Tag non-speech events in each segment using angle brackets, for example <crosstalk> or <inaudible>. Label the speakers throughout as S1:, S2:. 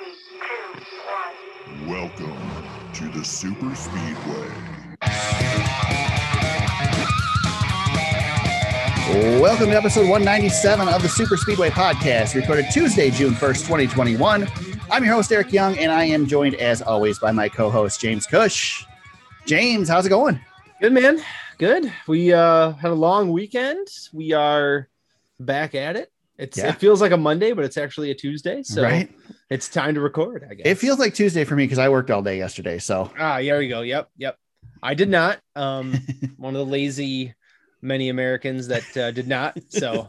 S1: two, one.
S2: Welcome to the Super Speedway.
S3: Welcome to episode 197 of the Super Speedway Podcast, recorded Tuesday, June 1st, 2021. I'm your host, Eric Young, and I am joined, as always, by my co host, James Cush. James, how's it going?
S4: Good man. Good. We uh had a long weekend. We are back at it. It's
S3: Yeah.
S4: it feels like a Monday, but it's actually a Tuesday. So
S3: right?
S4: it's time to record, I guess.
S3: It feels like Tuesday for me because I worked all day yesterday. So,
S4: ah, there we go. Yep, yep. I did not.
S3: <laughs>
S4: Um one of the lazy many Americans that uh, did not.
S3: <laughs>
S4: So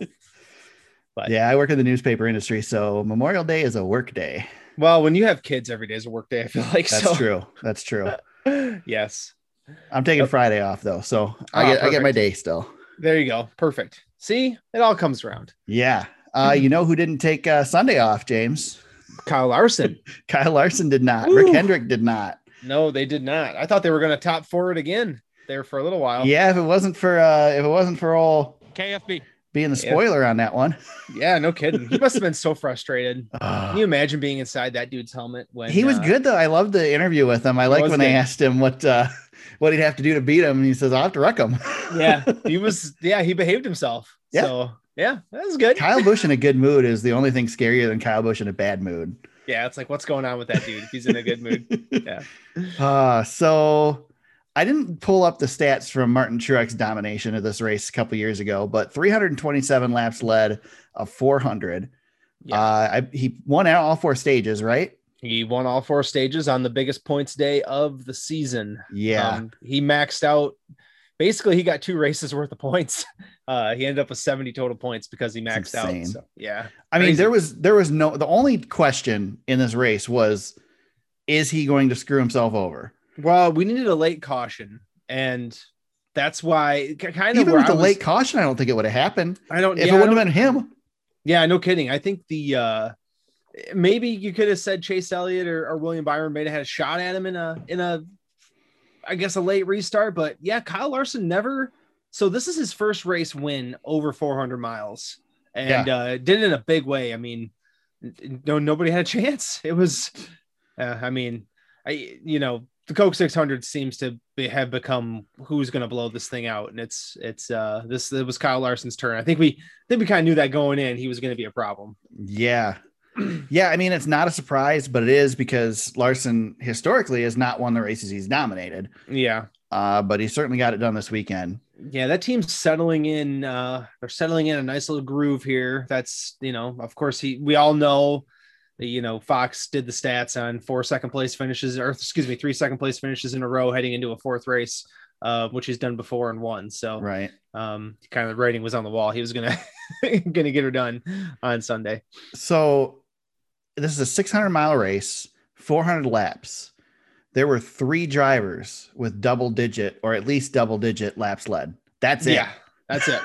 S4: Right.
S3: yeah, I work in the newspaper industry. So, Memorial Day is a work day.
S4: well, when you have kids every day is a work day, I feel like
S3: That's
S4: so
S3: true. That's true.
S4: <laughs> yes.
S3: I'm taking
S4: Yep.
S3: Friday off, though. So, I,
S4: Ah,
S3: get, I get my
S4: perfect.
S3: day still.
S4: There you go. Perfect. See, it all comes around.
S3: Yeah. Uh,
S4: Hmm.
S3: you know who didn't take uh, Sunday off, James? <laughs>
S4: Kyle Larson.
S3: Kyle Larson did not. Rick
S4: Woo.
S3: Hendrick did not.
S4: no, they did not. I thought they were gonna top forward again there for a little while.
S3: Yeah, if it wasn't for uh if it wasn't for all
S5: KFB.
S3: being the
S4: Yeah.
S3: spoiler on that one.
S4: Yeah, no kidding. He must have been so frustrated. Can you imagine being inside that dude's helmet when
S3: he was
S4: uh,
S3: good though. I loved the interview with him. I like
S4: was
S3: when they
S4: good.
S3: asked him what uh <laughs> what he'd have to do to beat him and he says I'll have to wreck him. <laughs>
S4: Yeah, he was. Yeah, he behaved himself.
S3: Yeah.
S4: So yeah, that was good.
S3: Kyle Bush in a good mood is the only thing scarier than Kyle Bush in a bad mood.
S4: Yeah, it's like what's going on with that dude? If he's in a good mood.
S3: <laughs>
S4: Yeah.
S3: Uh so I didn't pull up the stats from Martin Truex domination of this race a couple years ago, but 327 laps led of 400. Uh,
S4: Yeah.
S3: I, he won out all four stages, right?
S4: He won all four stages on the biggest points day of the season.
S3: Yeah.
S4: Um, he maxed out. Basically, he got two races worth of points. <laughs> Uh, he ended up with 70 total points because he
S3: It's
S4: maxed out.
S3: insane.
S4: So, yeah.
S3: I mean,
S4: Crazy.
S3: there was there was no the only question in this race was, is he going to screw himself over?
S4: Well, we needed a late caution. And that's why k- kind of
S3: Even
S4: where
S3: with the
S4: I was-
S3: late caution, I don't think it would have happened
S4: I don't
S3: if
S4: yeah,
S3: it
S4: I
S3: would
S4: don't-
S3: have been
S4: <clears throat>
S3: him.
S4: Yeah, no kidding. I think the uh maybe you could have said Chase Elliott or, or William Byron may have had a shot at him in a in a I guess a late restart, but yeah, Kyle Larson never so this is his first race win over 400 miles and uh did it in a big way. I mean, n- n- no nobody had a <laughs> chance. It was uh, I mean, I you know, the Coke 600 seems to be, have become who's going to blow this thing out and it's it's uh this it was Kyle Larson's turn. I think we I think we kind of knew that going in, he was going to be a problem.
S3: Yeah, yeah. I mean, it's not a surprise, but it is because Larson historically has not won the races he's dominated.
S4: Yeah,
S3: Uh, but he certainly got it done this weekend.
S4: yeah. That team's settling in. Uh, they're settling in a nice little groove here. That's you know, of course, he. We all know, that, you know, Fox did the stats on four second place finishes, or excuse me, three second place finishes in a row, heading into a fourth race, uh, which he's done before and won. So,
S3: Right.
S4: um, kind of the writing was on the wall. He was gonna <laughs> gonna get her done on Sunday.
S3: So this is a 600 mile race, 400 laps. There were three drivers with double digit or at least double digit laps led. That's it.
S4: yeah, that's it.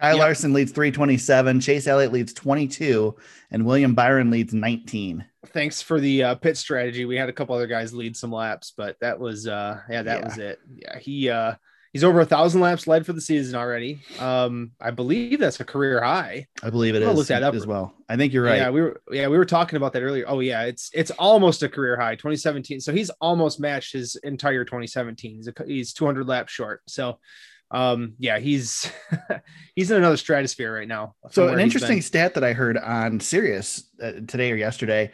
S3: Kyle
S4: Yep.
S3: Larson leads 327, Chase Elliott leads 22, and William Byron leads 19.
S4: thanks for the uh, pit strategy. We had a couple other guys lead some laps, but that was uh yeah, that
S3: Yeah.
S4: was it. Yeah, he uh he's over a thousand laps led for the season already. Um, I believe that's a career high.
S3: I believe it
S4: I'm
S3: is
S4: gonna look that up.
S3: as well. I think you're right.
S4: Yeah, we were yeah, we were talking about that earlier. Oh yeah, it's it's almost a career high, 2017. So he's almost matched his entire 2017. He's, a, he's 200 laps short. So um yeah, he's <laughs> he's in another stratosphere right now. from
S3: So
S4: where
S3: an
S4: he's
S3: interesting
S4: been.
S3: stat that I heard on Sirius uh, today or yesterday.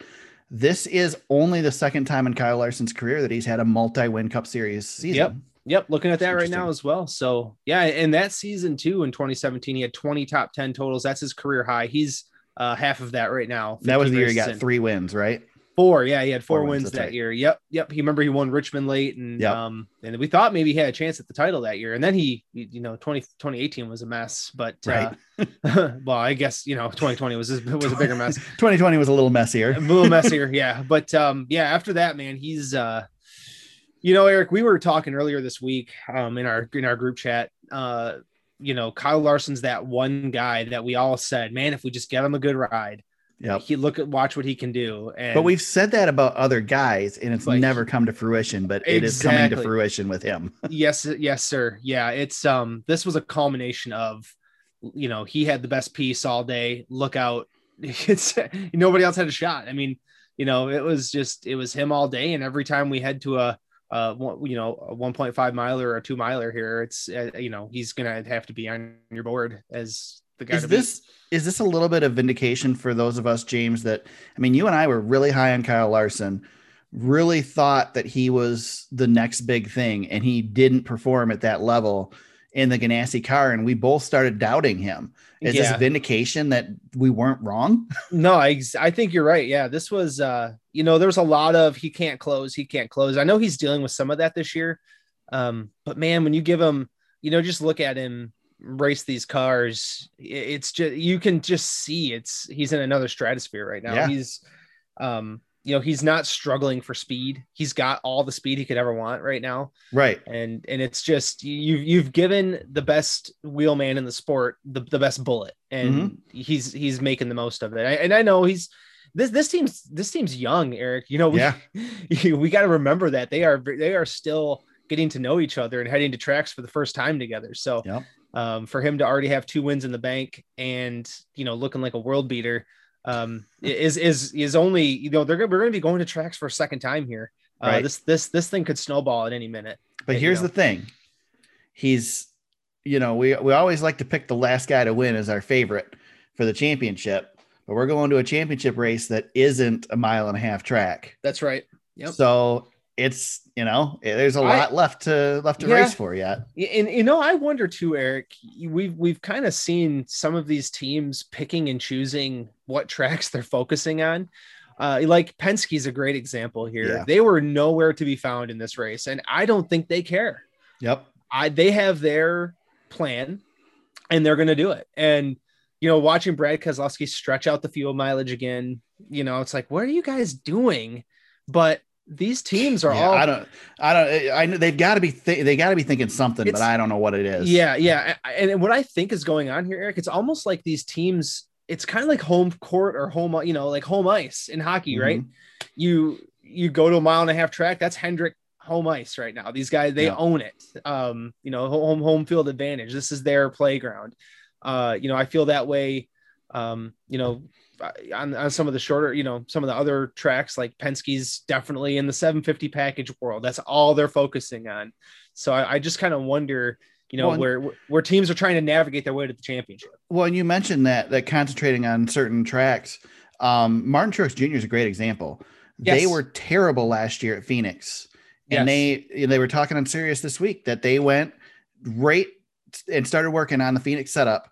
S3: This is only the second time in Kyle Larson's career that he's had a multi-win Cup Series season.
S4: Yep, looking at
S3: That's
S4: that right now
S3: interesting.
S4: as well. So yeah, and that season too in 2017, he had 20 top 10 totals. That's his career high. He's uh, half of that right now.
S3: That was
S4: 15
S3: the year he
S4: races
S3: got
S4: in.
S3: three wins, right?
S4: four. Yeah, he had four,
S3: Four wins,
S4: wins,
S3: that's
S4: that
S3: right.
S4: year. Yep, yep. He remember he won Richmond late, and
S3: Yep.
S4: um, and we thought maybe he had a chance at the title that year. And then he, you know, 20 2018 was a mess, but uh, <laughs> well, I guess you know 2020 was was a bigger mess.
S3: 2020 was a little messier.
S4: a little messier yeah but um yeah after that man he's uh you know eric we were talking earlier this week um in our in our group chat uh you know kyle larson's that one guy that we all said man if we just get him a good ride
S3: Yep.
S4: he look at watch what he can do and
S3: But we've said that about other guys, and it's
S4: Like-
S3: never come to fruition. But it is coming to
S4: Exactly.
S3: fruition with him.
S4: yes yes sir yeah it's um this was a culmination of you <laughs> know he had the best piece all day look out it's nobody else had a shot i mean you know, it was just it was him all day. And every time we head to a uh, one, you know, a 1.5 miler or a two miler here, it's uh, you know he's gonna have to be on your board as the guy.
S3: Is
S4: to beat.
S3: this is this a little bit of vindication for those of us, James? That I mean, you and I were really high on Kyle Larson, really thought that he was the next big thing, and he didn't perform at that level in the Ganassi car, and we both started doubting him. Is
S4: Yeah.
S3: this vindication that we weren't wrong? <laughs>
S4: No, I ex- I think you're right. Yeah, this was uh, you know, there was a lot of he can't close, he can't close. I know he's dealing with some of that this year. Um, but man, when you give him, you know, just look at him race these cars, i- it's just you can just see it's he's in another stratosphere right now.
S3: Yeah.
S4: He's um, you know, he's not struggling for speed. He's got all the speed he could ever want right now
S3: Right.
S4: and and it's just you you've given the best wheelman in the sport the, the best bullet and
S3: Mm-hmm.
S4: he's he's making the most of it I, and i know he's this this team's this team's young eric you know we,
S3: Yeah.
S4: <laughs> we got to remember that they are they are still getting to know each other and heading to tracks for the first time together so
S3: Yep.
S4: um, for him to already have two wins in the bank and you know looking like a world beater um, is is is only you know they're gonna, we're going to be going to tracks for a second time here uh,
S3: Right.
S4: this this this thing could snowball at any minute
S3: But
S4: Yeah, you
S3: here's
S4: know.
S3: the thing. He's, you know, we, we always like to pick the last guy to win as our favorite for the championship, but we're going to a championship race that isn't a mile and a half track.
S4: That's right. Yep.
S3: So it's, you know, eh, there's a
S4: I-
S3: lot left to left to
S4: Yeah.
S3: race for yet.
S4: And you know, I wonder too, Eric. We've we've kind of seen some of these teams picking and choosing what <laughs> tracks they're focusing on. Uh, like Penske's a great example here.
S3: Yeah.
S4: They were nowhere to be found in this race, and I don't think they care.
S3: Yep.
S4: I they have their plan and they're going to do it. And you know, watching Brad Keselowski stretch out the fuel mileage again, you know, it's like, what are you guys doing? But these teams are
S3: Yeah,
S4: all
S3: I don't, I don't, eh, I know they've got to be, th- they got to be thinking something, but
S4: It's-
S3: I don't know what it is.
S4: Yeah, yeah. I- I- And what I think is going on here, Eric, it's almost like these teams, it's kind of like home court or home, you know, like home ice in hockey,
S3: Mm-hmm.
S4: right? You you go to a mile and a half track, that's Hendrick home ice right now. These guys, they
S3: Yeah.
S4: own it. Um, you know, home home field advantage. This is their playground. Uh, you know, I feel that way um, you know, on, on some of the shorter, you know, some of the other tracks, like Penske's definitely in the 750 package world. That's all they're focusing on. So I, I just kind of wonder, you know,
S3: Well, and-
S4: where where teams are trying to navigate their way to the championship.
S3: Well, and you mentioned that that concentrating on certain tracks. Um, Martin Truex Jr. is a great example. They
S4: Yes.
S3: were terrible last year at Phoenix, and
S4: Yes.
S3: they they were talking on Sirius this week that they went right and started working on the Phoenix setup.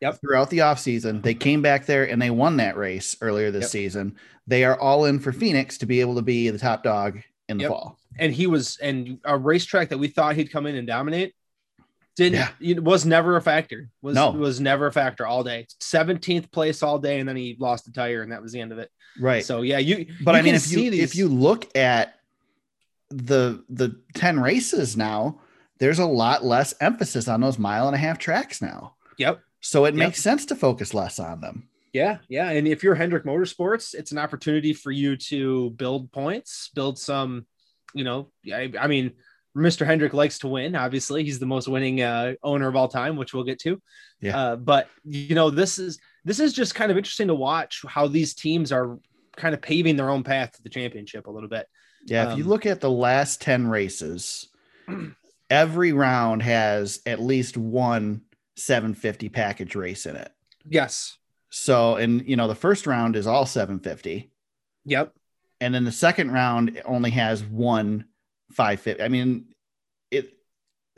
S4: Yep.
S3: Throughout the offseason, they came back there and they won that race earlier this
S4: Yep.
S3: season. They are all in for Phoenix to be able to be the top dog in the
S4: Yep.
S3: fall.
S4: and he was and a racetrack that we thought he'd come in and dominate didn't
S3: Yeah.
S4: it was never a factor was
S3: No.
S4: was never a factor all day 17th place all day and then he lost the tire and that was the end of it
S3: Right.
S4: so yeah you
S3: but I mean,
S4: can
S3: if you if you look at the the ten races now, there's a lot less emphasis on those mile and a half tracks now.
S4: yep
S3: So it
S4: Yep.
S3: makes sense to focus less on them.
S4: Yeah, yeah. And if you're Hendrick Motorsports, it's an opportunity for you to build points, build some, you know, I, I mean, Mr. Hendrick likes to win. Obviously, he's the most winning uh, owner of all time, which we'll get to.
S3: Yeah.
S4: Uh, but you know, this is this is just kind of interesting to watch how these teams are kind of paving their own path to the championship a little bit.
S3: Yeah, if you
S4: Um,
S3: look at the last ten races, every round has at least one 750 package race in it.
S4: Yes.
S3: So, and you know, the first round is all 750,
S4: Yep.
S3: and then the second round only has one 550. I mean, it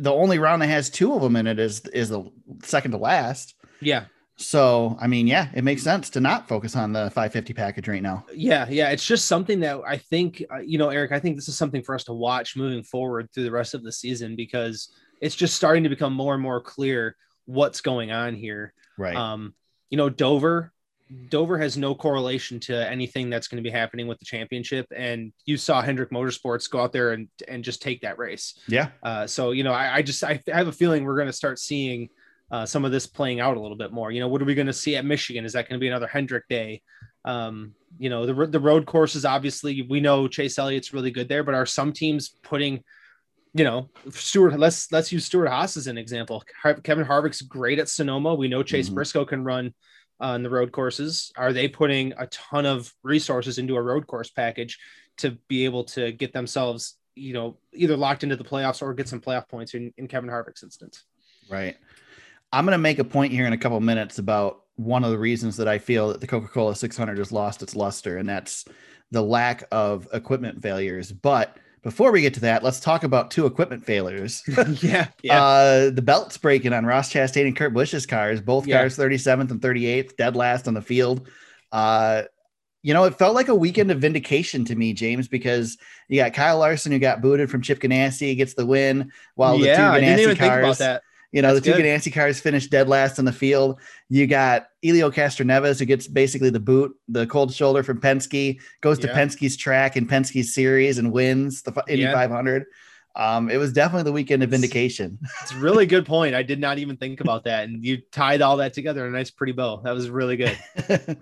S3: the only round that has two of them in it is is the second to last.
S4: Yeah.
S3: So, I mean, yeah, it makes sense to not focus on the 550 package right now.
S4: yeah yeah it's just something that i think uh, you know eric i think this is something for us to watch moving forward through the rest of the season because it's just starting to become more and more clear what's going on here
S3: Right.
S4: um you know dover dover has no correlation to anything that's going to be happening with the championship and you saw hendrick motorsports go out there and and just take that race
S3: yeah.
S4: uh, so you know, I, I just I, I have a feeling we're going to start seeing uh, some of this playing out a little bit more. You know, what are we going to see at Michigan? Is that going to be another Hendrick day? Um, you know, the ro- the road courses obviously we know Chase Elliott's really good there, but are some teams putting, you know, Stuart? Let's let's use Stuart Haas as an example. Har- Kevin Harvick's great at Sonoma. We know Chase
S3: Mhm.
S4: Briscoe can run. on the road courses? Are they putting a ton of resources into a road course package to be able to get themselves, you know, either locked into the playoffs or get some playoff points in, in Kevin Harvick's instance?
S3: Right. I'm going to make a point here in a couple minutes about one of the reasons that I feel that the Coca Cola 600 has lost its luster, and that's the lack of equipment failures. But before we get to that, let's talk about two equipment failures.
S4: <laughs> yeah. Yeah.
S3: Uh, the belts breaking on Ross Chastain and Kurt Busch's cars, both
S4: Yeah.
S3: cars 37th and 38th, dead last on the field. Uh, you know, it felt like a weekend of vindication to me, James, because you got Kyle Larson who got booted from Chip Ganassi, gets the win, while the
S4: yeah.
S3: two Ganassi
S4: I didn't even
S3: cars,
S4: think about that.
S3: you know,
S4: That's
S3: the two
S4: good.
S3: Ganassi cars finished dead last on the field. You got Elio Castroneves who gets basically the boot, the cold shoulder from Penske, goes to
S4: Yeah.
S3: Penske's track and Penske's series and wins the Indy
S4: Yeah.
S3: 500. Um, it was definitely the weekend of
S4: It's-
S3: vindication. <laughs>
S4: It's a really good point. I did not even think about that. And you tied all that together in a nice pretty bow. That was really good.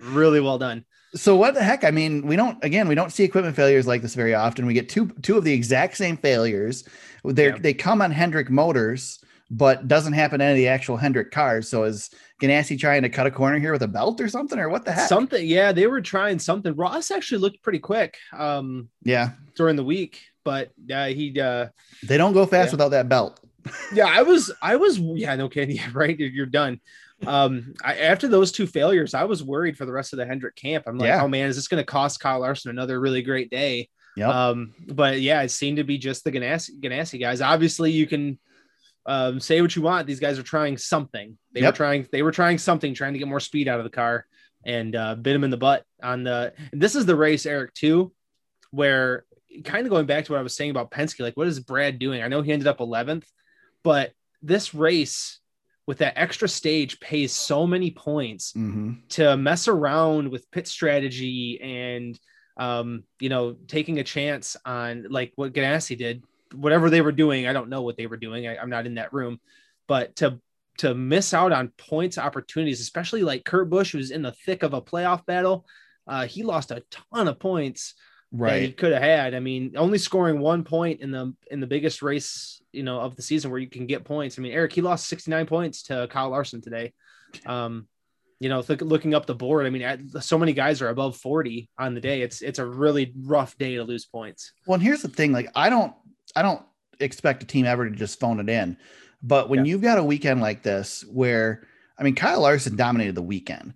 S4: Really well done.
S3: so what the heck? I mean, we don't again, we don't see equipment failures like this very often. We get two two of the exact same failures. They are
S4: Yeah.
S3: they come on Hendrick Motors, but doesn't happen to any of the actual Hendrick cars. So is Ganassi trying to cut a corner here with a belt or something, or what the heck?
S4: Something. Yeah. They were trying something. Ross actually looked pretty quick um,
S3: yeah,
S4: during the week, but uh, he, uh,
S3: they don't go fast
S4: Yeah.
S3: without that belt.
S4: yeah i was i was yeah no kidding <laughs> yeah, right you're done um I, after those two failures i was worried for the rest of the hendrick camp i'm like
S3: Yeah.
S4: oh man is this going to cost kyle larson another really great day
S3: Yep.
S4: um but yeah it seemed to be just the ganassi, ganassi guys obviously you can um say what you want these guys are trying something they
S3: Yep.
S4: were trying they were trying something trying to get more speed out of the car and uh bit him in the butt on the and this is the race eric too where kind of going back to what I was saying about Penske, like what is Brad doing? I know he ended up 11th, but this race with that extra stage pays so many points
S3: hmm
S4: to mess around with pit strategy and um, you know taking a chance on like what Ganassi did, whatever they were doing. I don't know what they were doing. I, I'm not in that room, but to to miss out on points opportunities, especially like Kurt Busch, who's in the thick of a playoff battle, uh, he lost a ton of points that he
S3: Right.
S4: could have had. I mean, only scoring one point in the in the biggest race, you know, of the season where you can get points. I mean, Eric, he lost 69 points to Kyle Larson today. Um, you know, th- looking up the board, I mean, at, so many guys are above 40 on the day. It's it's a really rough day to lose points.
S3: Well, and here's the thing: like, I don't, I don't expect a team ever to just phone it in, but when
S4: Yeah.
S3: you've got a weekend like this, where I mean, Kyle Larson dominated the weekend.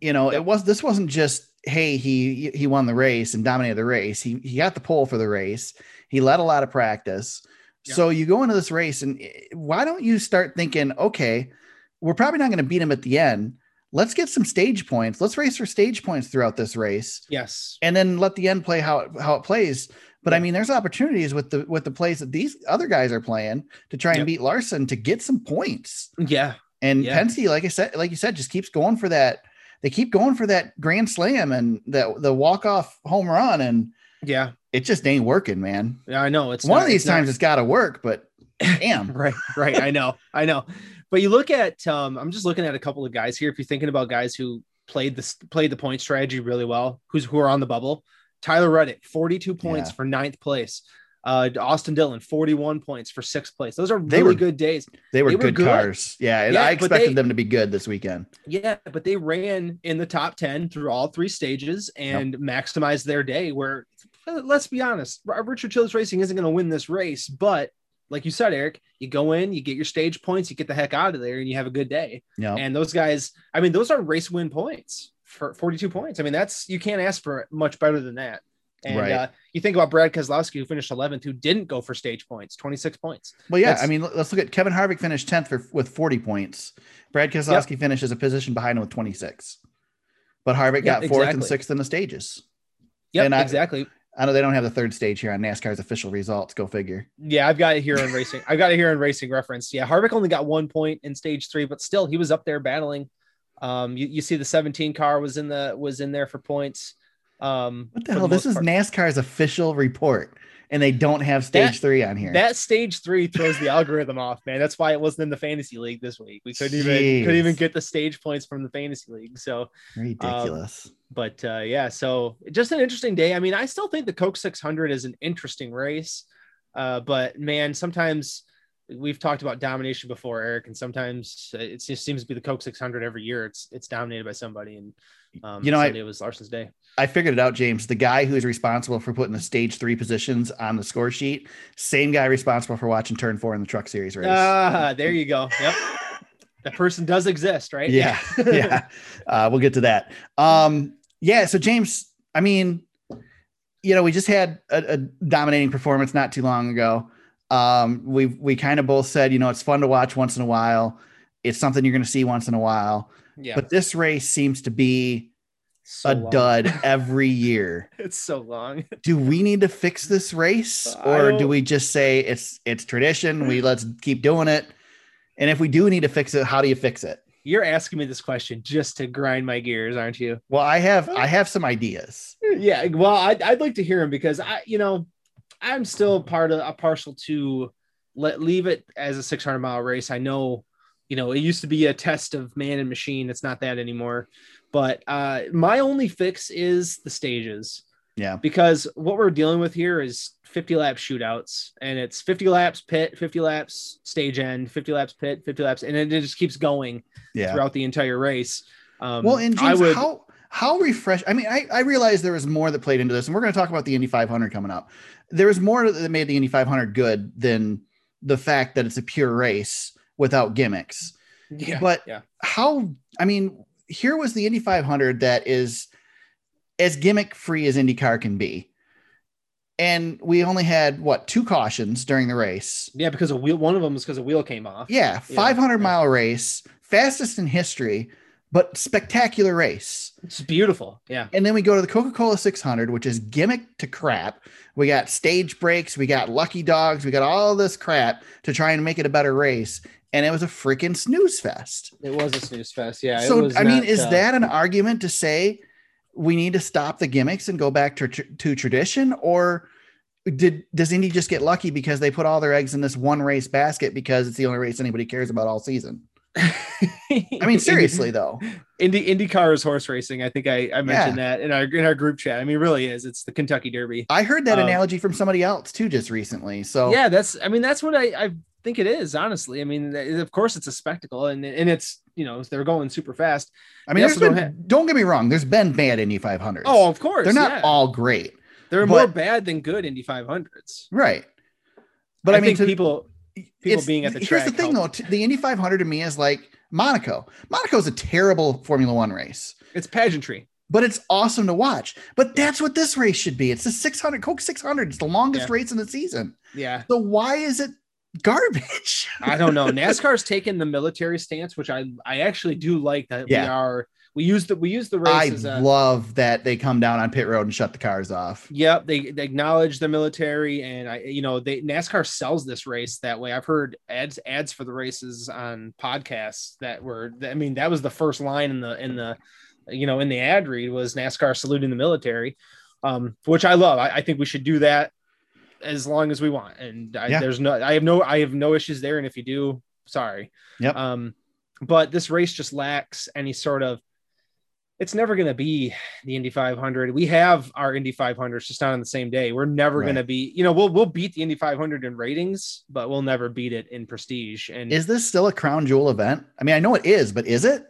S3: You know, it was this wasn't just hey he he won the race and dominated the race. He he got the pole for the race. He led a lot of practice.
S4: Yeah.
S3: So you go into this race, and eh, why don't you start thinking, okay, we're probably not going to beat him at the end. Let's get some stage points. Let's race for stage points throughout this race
S4: Yes.
S3: and then let the end play how it, how it plays. But I
S4: Yeah.
S3: mean, there's opportunities with the with the plays that these other guys are playing to try and
S4: Yep.
S3: beat Larson to get some points.
S4: Yeah.
S3: And
S4: Yeah.
S3: Pensy, like I said, like you said, just keeps going for that. They keep going for that grand slam and that the walk off home run, and
S4: Yeah.
S3: it just ain't working, man.
S4: Yeah. I know. It's
S3: One
S4: not-
S3: of these
S4: it's not-
S3: times it's got to work,
S4: <laughs>
S3: but damn,
S4: Right, right. I know, I know. But you look at, um, I'm just looking at a couple of guys here. If you're thinking about guys who played this, played the point strategy really well, who's who are on the bubble. Tyler Reddick, 42 points for ninth place. Uh, Austin Dillon, 41 points for sixth place. Those are
S3: They
S4: really
S3: were-
S4: good days.
S3: they were
S4: They were
S3: good,
S4: good.
S3: cars. Yeah, and
S4: Yeah,
S3: I
S4: but
S3: expected
S4: they-
S3: them to be good this weekend.
S4: Yeah, but they ran in the top 10 through all three stages and maximized their day. Where, uh, let's be honest, R- Richard Childress Racing isn't going to win this race. But like you said, Eric, you go in, you get your stage points, you get the heck out of there, and you have a good day.
S3: Yeah,
S4: And those guys, I mean, those are race win points for 42 points. I mean, that's you can't ask for much better than that. And
S3: Right.
S4: uh, you think about Brad Keselowski, who finished 11th, who didn't go for stage points, 26 points.
S3: Well, yeah.
S4: That's-
S3: I mean, l- let's look at Kevin Harvick finished tenth for with forty points. Brad Keselowski finishes a position behind him with twenty six, but Harvick
S4: Yeah,
S3: got fourth and
S4: exactly.
S3: sixth in the stages.
S4: Yep,
S3: And I-
S4: exactly.
S3: I know they don't have the third stage here on NASCAR's official results. Go figure.
S4: Yeah, I've got it here on racing. I've got it here on racing reference. Yeah, Harvick only got one point in stage three, but still he was up there battling. Um, you, you see the 17 car was in the was in there for points. Um,
S3: What the
S4: for
S3: hell? This
S4: most
S3: is
S4: part.
S3: NASCAR's official report, and they don't have stage three on here.
S4: That stage three throws the algorithm off, man. That's why it wasn't in the fantasy league this week. We couldn't even couldn't even
S3: Jeez.
S4: get the stage points from the fantasy league. So,
S3: Ridiculous.
S4: but uh, yeah, so just an interesting day. I mean, I still think the Coke 600 is an interesting race, uh, but man, sometimes we've talked about domination before, Eric, and sometimes it just seems to be the Coke 600 every year. It's it's dominated by somebody, and um,
S3: You know, I-
S4: Sunday was Larson's day.
S3: I figured it out, James. The guy who is responsible for putting the stage three positions on the score sheet, same guy responsible for watching turn four in the truck series race.
S4: Ah, there you go. Yep, that person does exist, right? <laughs>
S3: Yeah, <laughs> yeah. Uh, we'll get to that. Um, yeah. So James, I mean, you know, we just had a, a dominating performance not too long ago. Um, we we kind of both said, you know, it's fun to watch once in a while. It's something you're going to see once in a while.
S4: yeah.
S3: But this race seems to be
S4: So
S3: a
S4: long. <laughs>
S3: dud every year.
S4: It's so long. <laughs>
S3: do we need to fix this race
S4: I
S3: or do
S4: don't-
S3: we just say it's it's tradition we let's keep doing it and if we do need to fix it how do you fix it
S4: You're asking me this question just to grind my gears, aren't you?
S3: well i have
S4: Uh,
S3: i have some ideas
S4: yeah well I'd, I'd like to hear him because i you know i'm still part of a partial to let leave it as a 600 mile race i know you know it used to be a test of man and machine it's not that anymore but uh my only fix is the stages
S3: Yeah.
S4: because what we're dealing with here is 50 lap shootouts and it's 50 laps pit 50 laps stage end 50 laps pit 50 laps and it just keeps going
S3: yeah
S4: throughout the entire race um
S3: well and
S4: I
S3: james
S4: would-
S3: how how refresh i mean i i realize there was more that played into this and we're going to talk about the indy 500 coming up there was more that made the indy 500 good than the fact that it's a pure race without gimmicks
S4: <laughs> yeah,
S3: but-
S4: yeah
S3: how I mean, here was the Indy 500 that is as gimmick free as IndyCar can be. And we only had what two cautions during the race.
S4: Yeah, because a wheel. One of them was because a wheel came off.
S3: Yeah,
S4: Yeah,
S3: 500
S4: yeah.
S3: mile race, fastest in history, but spectacular race.
S4: It's beautiful. Yeah,
S3: And then we go to the Coca Cola 600, which is gimmick to crap. We got stage breaks, we got lucky dogs, we got all this crap to try and make it a better race. And it was a freaking snooze fest.
S4: it was a snooze fest. Yeah. it
S3: so
S4: was
S3: I mean,
S4: not,
S3: is
S4: uh, <laughs>
S3: that an argument to say we need to stop the gimmicks and go back to to tradition, or did does Indy just get lucky because they put all their eggs in this one race basket because it's the only race anybody cares about all season? I
S4: <laughs>
S3: mean, seriously though,
S4: Indy IndyCar is horse racing. I think I, I mentioned that in our in our group chat. I mean, it really is. It's the Kentucky Derby.
S3: I heard that
S4: Um,
S3: analogy from somebody else too just recently. So
S4: Yeah, that's. I mean, that's what I, I think it is. Honestly, I mean, th- of course, it's a spectacle, and and it's you know they're going super fast.
S3: I mean,
S4: they
S3: there's
S4: also
S3: been,
S4: don't
S3: don't get me wrong, there's been bad Indy 500s.
S4: Oh, of course,
S3: they're not
S4: yeah.
S3: all great,
S4: They're more
S3: but-
S4: bad than good Indy 500s.
S3: right? But I, mean,
S4: think
S3: to-
S4: people. people
S3: it's-
S4: being at the
S3: here's the
S4: track
S3: thing though,
S4: help.
S3: t- the Indy 500 to me is like Monaco. Monaco's a terrible Formula One race.
S4: It's pageantry.
S3: but it's awesome to watch. But that's what this race should be. It's the 600 Coke 600. It's the longest
S4: Yeah.
S3: race in the season.
S4: Yeah.
S3: So why is it garbage?
S4: I don't know. NASCAR's taken the military stance, which I I actually do like that we
S3: Yeah.
S4: are we use the we use the <laughs> race uh,
S3: I
S4: as a
S3: love that they come down on pit road and shut the cars off.
S4: yep they, they acknowledge the military and I you know they NASCAR sells this race that way. I've heard ads ads for the races on podcasts that were I mean that was the first line in the in the you know in the ad read was NASCAR saluting the military, um, which I love. I, I think we should do that as long as we want. And I,
S3: Yeah.
S4: there's no I have no I have no issues there. And if you do, sorry.
S3: Yep.
S4: Um, but this race just lacks any sort of. It's never going to be the Indy 500. We have our Indy 500s, just not on the same day. We're never
S3: Right.
S4: going to be, you know, we'll we'll beat the Indy 500 in ratings, but we'll never beat it in prestige. And
S3: Is this still a crown jewel event? I mean, I know it is, but is it?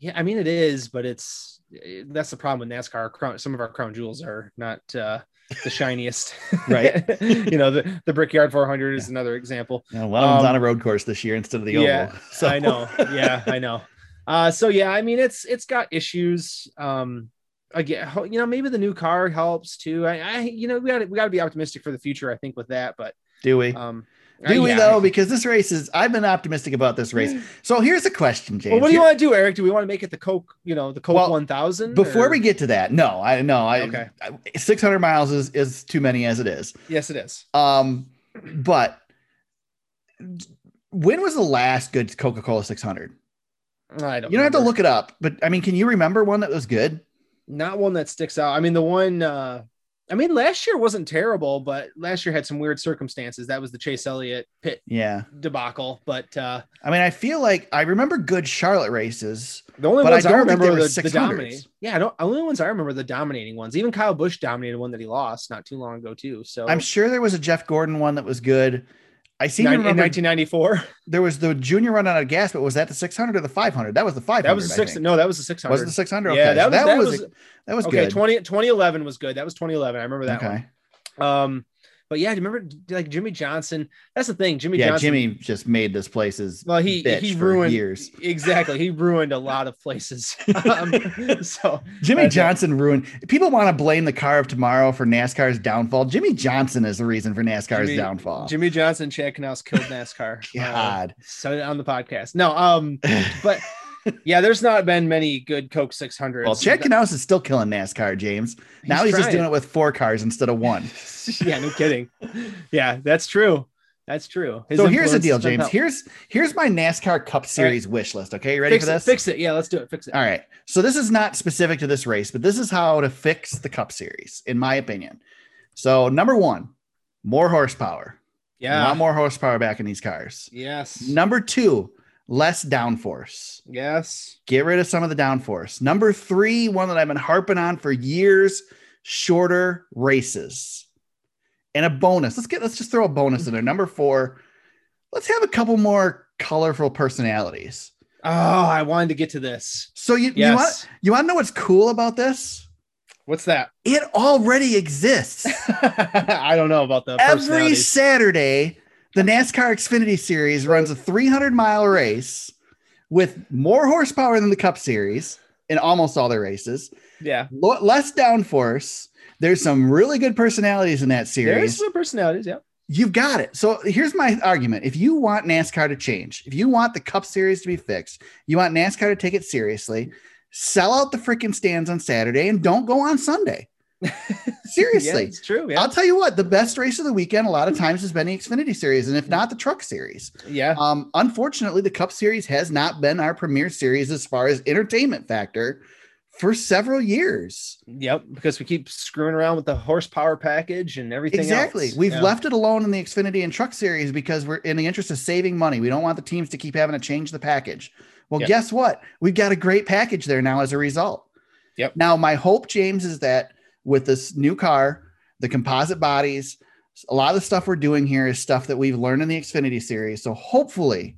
S4: yeah, I mean it is, but it's that's the problem with NASCAR. Our Crown, some of our crown jewels are not uh,
S3: <laughs>
S4: the shiniest,
S3: Right.
S4: <laughs> you know, the the Brickyard 400 is another example.
S3: You know, one of them's
S4: Um,
S3: on a road course this year instead of the
S4: yeah,
S3: oval. <laughs> So
S4: I know. Yeah, I know. Uh, so yeah, I mean, it's it's got issues. Um, again, ho- you know, maybe the new car helps too. I, I you know, we got to we got to be optimistic for the future. I think with that, but
S3: do we?
S4: um,
S3: do we
S4: yeah.
S3: though? Because this race is I've been optimistic about this race.
S4: <gasps>
S3: So here's a question, James.
S4: Well, what do you
S3: Here-
S4: want to do, Eric? Do we want to make it the Coke? You know, the Coke
S3: Well,
S4: 1000
S3: before
S4: or-
S3: we get to that, no, I no, I
S4: Okay.
S3: I- 600 miles is is too many as it is.
S4: Yes, it is.
S3: Um, but when was the last good Coca Cola 600?
S4: I don't.
S3: You don't have to
S4: remember.
S3: look it up, but I mean, can you remember one that was good?
S4: not one that sticks out. I mean, the one, uh, I mean, last year wasn't terrible, but last year had some weird circumstances. That was the Chase Elliott pit
S3: Yeah.
S4: debacle. But uh,
S3: I mean, I feel like I remember good Charlotte races.
S4: the only
S3: But I
S4: ones I,
S3: don't think
S4: remember
S3: they were
S4: were the, the
S3: 600s.
S4: dominating. Yeah, I don't, the only ones I remember the dominating ones. Even Kyle Bush dominated one that he lost not too long ago, too. So
S3: I'm sure there was a Jeff Gordon one that was good. I seem
S4: Nin-
S3: to
S4: in
S3: remember
S4: 1994.
S3: there was the junior run out of gas, but was that the 600 or the 500? That was the 500.
S4: That was
S3: I
S4: a six.
S3: think.
S4: No, that was a 600.
S3: Was it the 600?
S4: Yeah,
S3: Okay,
S4: that
S3: so
S4: was that, was,
S3: that was
S4: okay.
S3: good.
S4: 20, 2011 was good. That was 2011. I remember that
S3: okay.
S4: one. Um, but yeah, do you remember like Jimmy Johnson? That's the thing, Jimmy
S3: yeah,
S4: Johnson.
S3: Jimmy just made this place's
S4: Well, he
S3: bitch
S4: he
S3: for
S4: ruined <laughs>
S3: years.
S4: exactly. He ruined a lot of places. <laughs>
S3: <laughs>
S4: um, so
S3: Jimmy
S4: That's it.
S3: Johnson ruined. People want to blame the car of tomorrow for NASCAR's downfall. Jimmy Johnson is the reason for NASCAR's
S4: Jimmy-
S3: downfall.
S4: Jimmy Johnson, and Chad Canals killed NASCAR. Uh,
S3: God.
S4: so on the podcast. No, um,
S3: <laughs>
S4: but yeah, there's not been many good Coke 600s.
S3: Well, Chad Knaus is still killing NASCAR, James. Now he's, just doing it with four cars instead of one.
S4: yeah, no kidding. Yeah, that's true. That's true. His
S3: so here's the
S4: influence
S3: deal,
S4: has been
S3: James.
S4: felt.
S3: Here's here's my NASCAR Cup Series wish list. Okay, you ready
S4: fix
S3: for this?
S4: It, fix it. Yeah, let's do it. Fix it.
S3: All right. So this is not specific to this race, but this is how to fix the Cup Series, in my opinion. So number one, more horsepower.
S4: Yeah.
S3: want more horsepower back in these cars.
S4: Yes.
S3: Number two, less downforce.
S4: Yes.
S3: Get rid of some of the downforce. Number three, one that I've been harping on for years, shorter races. And a bonus. Let's get let's just throw a bonus in there. Number four, let's have a couple more colorful personalities.
S4: Oh, I wanted to get to this.
S3: So you, you want
S4: Yes.
S3: you want to know what's cool about this?
S4: What's that? <laughs>
S3: It already exists.
S4: I don't know about the
S3: Every
S4: personalities.
S3: Saturday, the NASCAR Xfinity Series runs a 300 mile race with more horsepower than the Cup Series in almost all their races,
S4: Yeah.
S3: lo- less downforce. There's some really good personalities in that
S4: There's
S3: series.
S4: some personalities. Yeah.
S3: You've got it. So here's my argument. If you want NASCAR to change, if you want the Cup Series to be fixed, you want NASCAR to take it seriously, sell out the freaking stands on Saturday and don't go on
S4: <laughs>
S3: Sunday.
S4: Yeah,
S3: Seriously.
S4: it's true. Yeah.
S3: I'll tell you what, the best race of the weekend a lot of times has been the Xfinity series, and if not the truck series.
S4: yeah.
S3: Um, unfortunately, the Cup series has not been our premier series as far as entertainment factor for several years.
S4: Yep. Because we keep screwing around with the horsepower package and everything.
S3: Exactly.
S4: else.
S3: We've
S4: Yeah.
S3: left it alone in the Xfinity and truck series because we're in the interest of saving money. We don't want the teams to keep having to change the package. Well,
S4: Yep.
S3: guess what? We've got a great package there now as a result.
S4: Yep.
S3: Now, my hope, James, is that with this new car, the composite bodies, a lot of the stuff we're doing here is stuff that we've learned in the Xfinity series. So hopefully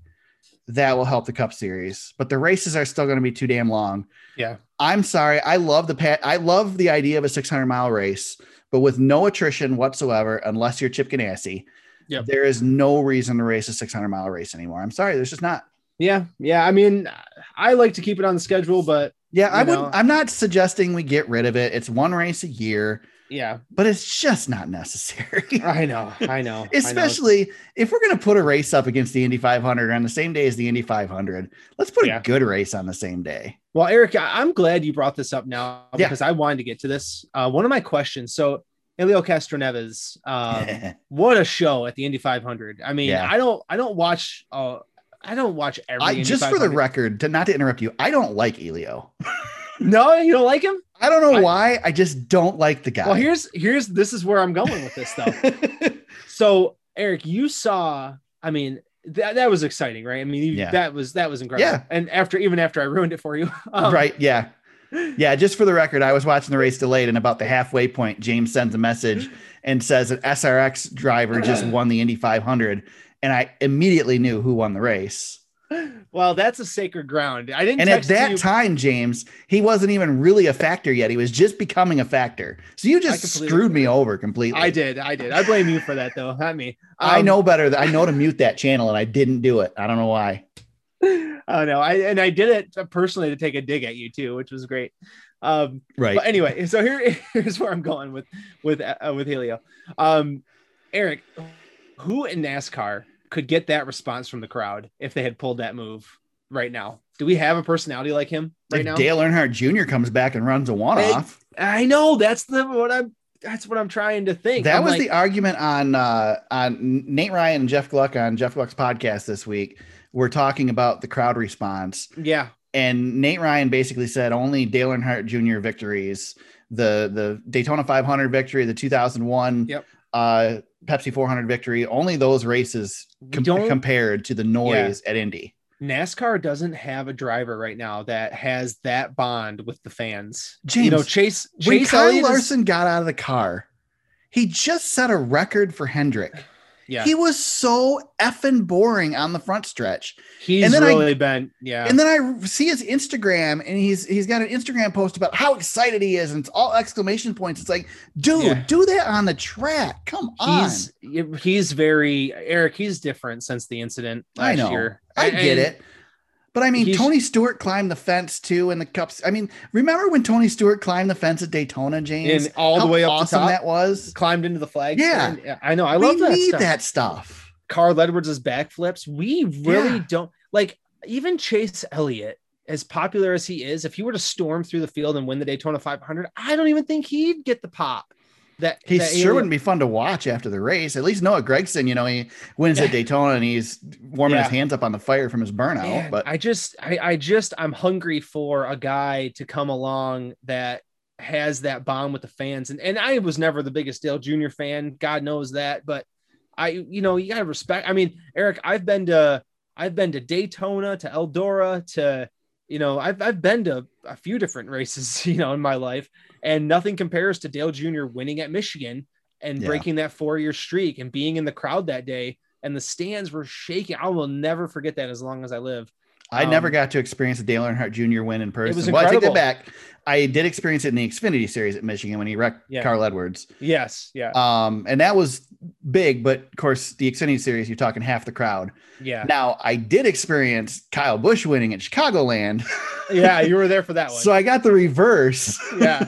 S3: that will help the Cup series. But the races are still going to be too damn long.
S4: Yeah.
S3: I'm sorry. I love the pat. I love the idea of a 600 mile race, but with no attrition whatsoever, unless you're Chip Ganassi,
S4: Yep.
S3: there is no reason to race a 600 mile race anymore. I'm sorry. There's just not.
S4: Yeah. Yeah. I mean, I like to keep it on the schedule, but
S3: Yeah, I
S4: You
S3: would.
S4: know?
S3: I'm not suggesting we get rid of it. It's one race a year,
S4: yeah,
S3: but it's just not necessary.
S4: <laughs> I know. I know. I know.
S3: <laughs> Especially if we're going to put a race up against the Indy 500 on the same day as the Indy 500, let's put
S4: Yeah.
S3: a good race on the same day.
S4: Well, Eric, I- I'm glad you brought this up now
S3: Yeah.
S4: because I wanted to get to this. Uh, one of my questions. So, Elio Castro Neves,
S3: <laughs>
S4: um, what a show at the Indy 500. I mean,
S3: Yeah.
S4: I don't, I don't watch, uh, I don't watch every.
S3: I,
S4: Indy
S3: just for the
S4: 500.
S3: record, to not to interrupt you, I don't like Elio.
S4: No, you don't like him.
S3: I don't know
S4: I-
S3: why. I just don't like the guy.
S4: Well, here's here's this is where I'm going with this though.
S3: <laughs>
S4: so, Eric, you saw. I mean, that that was exciting, right? I mean, you,
S3: Yeah.
S4: that was that was incredible.
S3: Yeah.
S4: And after even after I ruined it for you, <laughs> um,
S3: right? Yeah, yeah. Just for the record, I was watching the race delayed, and about the halfway point, James sends a message and says an SRX driver
S4: Uh.
S3: just won the Indy 500, and I immediately knew who won the race.
S4: Well, that's a sacred ground. I didn't.
S3: And at
S4: text
S3: that
S4: you-
S3: time, James, he wasn't even really a factor yet. He was just becoming a factor. So you just
S4: completely
S3: screwed me over completely.
S4: I did. I did. I blame you for that, though, not me.
S3: <laughs> I
S4: Um,
S3: know better. That I know to mute that channel, and I didn't do it. I don't know why.
S4: <laughs> I know. I and I did it personally to take a dig at you too, which was great. Um,
S3: Right.
S4: But anyway, so here, <laughs> here's where I'm going with with uh, with Helio. Um, Eric, who in NASCAR could get that response from the crowd if they had pulled that move right now? Do we have a personality like him right
S3: if
S4: now?
S3: Dale Earnhardt Jr. comes back and runs a one off,
S4: I know that's the what I'm. That's what I'm trying to think.
S3: that
S4: I'm
S3: was
S4: like,
S3: the argument on uh, on Nate Ryan and Jeff Gluck on Jeff Gluck's podcast this week. We're talking about the crowd response,
S4: yeah,
S3: and Nate Ryan basically said only Dale Earnhardt Jr. victories, the the Daytona 500 victory, the 2001
S4: Yep.
S3: uh, Pepsi 400 victory, only those races
S4: We
S3: com-
S4: don't-
S3: compared to the noise at Indy.
S4: NASCAR doesn't have a driver right now that has that bond with the fans. you
S3: James,
S4: know, Chase
S3: when
S4: Chase
S3: Kyle
S4: Elliott is-
S3: Larson got out of the car, he just set a record for Hendrick.
S4: Yeah.
S3: He was so effing boring on the front stretch.
S4: He's
S3: and then I-
S4: really been yeah.
S3: And then I see his Instagram, and he's he's got an Instagram post about how excited he is, and it's all exclamation points. It's like, dude,
S4: Yeah.
S3: do that on the track. Come on.
S4: he's he's very Eric. He's different since the incident
S3: I
S4: last
S3: know.
S4: year.
S3: I get
S4: And-
S3: it. But I mean,
S4: he's-
S3: Tony Stewart climbed the fence too, and the cups. I mean, remember when Tony Stewart climbed the fence at Daytona, James?
S4: And all
S3: How
S4: the way up
S3: awesome
S4: to top,
S3: that was.
S4: climbed into the flag.
S3: Yeah.
S4: stand. I know. I love
S3: we
S4: that.
S3: need
S4: stuff.
S3: that stuff.
S4: Carl Edwards' backflips. We really
S3: Yeah.
S4: don't like even Chase Elliott, as popular as he is. If he were to storm through the field and win the Daytona 500, I don't even think he'd get the pop. That
S3: He
S4: that
S3: sure
S4: Elliott-
S3: wouldn't be fun to watch after the race. At least Noah Gregson, you know, he wins at
S4: Yeah.
S3: Daytona and he's warming
S4: Yeah.
S3: his hands up on the fire from his burnout.
S4: Man,
S3: but
S4: I just, I, I just, I'm hungry for a guy to come along that has that bond with the fans. And and I was never the biggest Dale Jr. fan. God knows that, but I, you know, you gotta respect. I mean, Eric, I've been to, I've been to Daytona, to Eldora, to, you know, I've I've been to a few different races, <laughs> you know, in my life, and nothing compares to Dale Jr. winning at Michigan and
S3: Yeah.
S4: breaking that four year streak and being in the crowd that day. And the stands were shaking. I will never forget that as long as I live.
S3: I never
S4: Um,
S3: got to experience a Dale Earnhardt Jr. win in person.
S4: was
S3: well, I take that
S4: incredible.
S3: back. I did experience it in the Xfinity Series at Michigan when he wrecked
S4: Yeah.
S3: Carl Edwards,
S4: Yes. Yeah.
S3: um, and that was big. But of course, the Xfinity Series, you're talking half the crowd.
S4: Yeah.
S3: Now, I did experience Kyle Busch winning at Chicagoland,
S4: yeah. You were there for
S3: <laughs>
S4: that one.
S3: so I got the reverse. <laughs>
S4: yeah.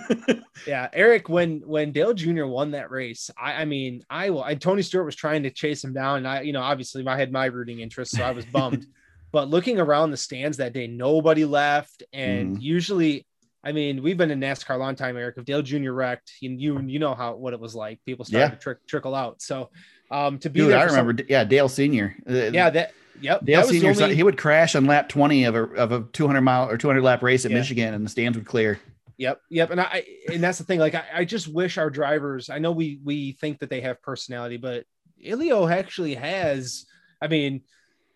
S4: Yeah. Eric, when when Dale Jr. won that race, I, I mean, I will and Tony Stewart was trying to chase him down. And I, you know, obviously I had my rooting interest, so I was
S3: <laughs>
S4: bummed. but looking around the stands that day, nobody left. And
S3: Mm-hmm.
S4: usually, I mean, we've been in NASCAR a long time, Eric. If Dale Jr. wrecked, you you, you know how what it was like. People started
S3: Yeah.
S4: to trick, trickle out. So um to be
S3: Dude,
S4: there
S3: I
S4: for some-
S3: remember. yeah, Dale Senior. Uh,
S4: yeah, that yep.
S3: Dale
S4: that was the
S3: Senior.
S4: only-
S3: He would crash on lap 20 of a of a 200 mile or 200 lap race at
S4: Yeah.
S3: Michigan, and the stands would clear.
S4: Yep, yep, and I and that's the thing. Like I, I just wish our drivers. I know we we think that they have personality, but Ilio actually has. I mean,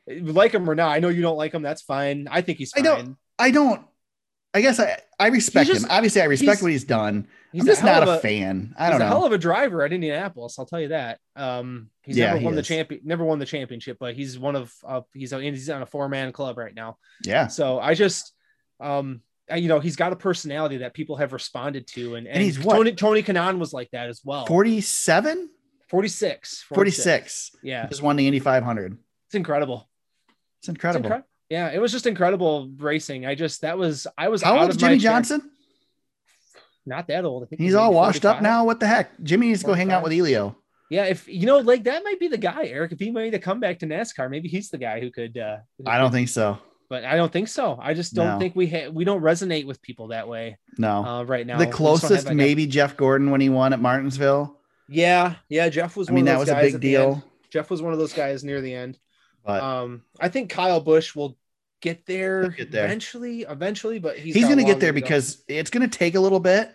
S4: like him or not, I know you don't like him. That's fine. I think he's
S3: I
S4: fine.
S3: don't- I don't. I guess I I respect
S4: just-
S3: him. Obviously, I respect
S4: he's-
S3: what he's done.
S4: He's
S3: I'm just
S4: hell
S3: not a,
S4: of
S3: fan. I don't
S4: he's a hell
S3: know.
S4: of a driver at Indianapolis. I'll tell you that. Um, he's
S3: Yeah,
S4: never
S3: he
S4: won the
S3: is.
S4: champion, never won the championship, but he's one of uh, he's on he's on a four man club right now.
S3: Yeah.
S4: So I just, um, I- you know, he's got a personality that people have responded to, and and,
S3: he's what?
S4: Tony Tony Kanon was like that as well.
S3: 47?
S4: 46,
S3: 46.
S4: Yeah,
S3: Just won the Indy 500.
S4: it's incredible.
S3: It's incredible.
S4: It's incre- yeah, it was just incredible racing. I just that was I was
S3: How
S4: out
S3: old is
S4: of my
S3: Jimmy
S4: chair.
S3: Johnson?
S4: Not that old. I think
S3: He's all
S4: maybe
S3: washed up
S4: 45.
S3: now. What the heck? Jimmy needs to go hang out with Elio.
S4: Yeah, if you know, like that might be the guy, Eric. If he made the comeback to NASCAR, maybe he's the guy who could. uh who
S3: I don't
S4: could-
S3: think so.
S4: but I don't think so. I just don't
S3: No.
S4: think we ha- we don't resonate with people that way
S3: No.
S4: uh, right now.
S3: the
S4: We just don't have
S3: closest,
S4: that guy.
S3: maybe Jeff Gordon when he won at Martinsville.
S4: Yeah, yeah. Jeff was.
S3: I mean,
S4: one
S3: that
S4: of
S3: was
S4: those
S3: a
S4: guys
S3: big
S4: at the end.
S3: deal.
S4: Jeff was one of those guys near the end.
S3: But
S4: Um, I think Kyle Bush will get there,
S3: He'll get there.
S4: eventually, eventually. But he's,
S3: he's
S4: got a
S3: going to
S4: long
S3: get there
S4: way to go.
S3: because it's going to take a little bit,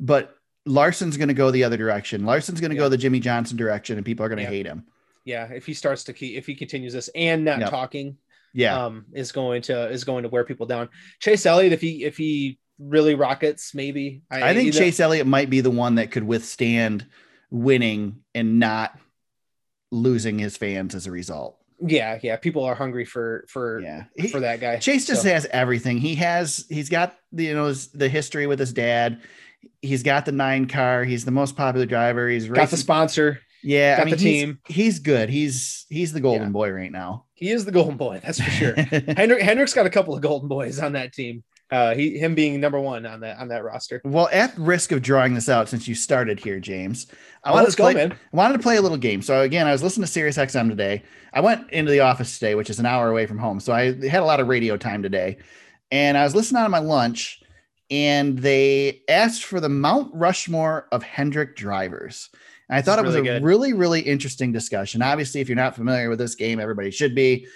S3: but Larson's going to go the other direction. Larson's going to
S4: Yeah.
S3: go the Jimmy Johnson direction, and people are going to
S4: Yeah.
S3: hate him.
S4: yeah if he starts to keep if he continues this and not
S3: Yep.
S4: talking
S3: Yeah.
S4: um is going to is going to wear people down chase elliott if he if he really rockets maybe
S3: I think
S4: either-
S3: Chase Elliott might be the one that could withstand winning and not losing his fans as a result.
S4: yeah yeah people are hungry for for
S3: Yeah. He-
S4: for that guy
S3: Chase just
S4: So,
S3: has everything. He has he's got the you know his, the history with his dad. He's got the nine car. He's the most popular driver. He's
S4: got the
S3: racing.
S4: sponsor
S3: yeah,
S4: got
S3: I mean,
S4: the
S3: he's-
S4: team.
S3: He's, good. He's he's the golden
S4: Yeah.
S3: boy right now.
S4: he is the golden boy that's for
S3: <laughs>
S4: sure hendrick hendrick's got a couple of golden boys on that team uh he him being number one on that on that roster
S3: well, at risk of drawing this out, since you started here, James, I
S4: Oh,
S3: want
S4: let's
S3: to
S4: go
S3: play,
S4: man
S3: I wanted to play a little game. So again, I was listening to Sirius XM today. I went into the office today, which is an hour away from home. So I had a lot of radio time today. And I was listening on my lunch and they asked for the Mount Rushmore of Hendrick drivers. And I
S4: This
S3: thought
S4: is
S3: it was
S4: really
S3: a
S4: good.
S3: really, really interesting discussion. Obviously, if you're not familiar with this game, everybody should be.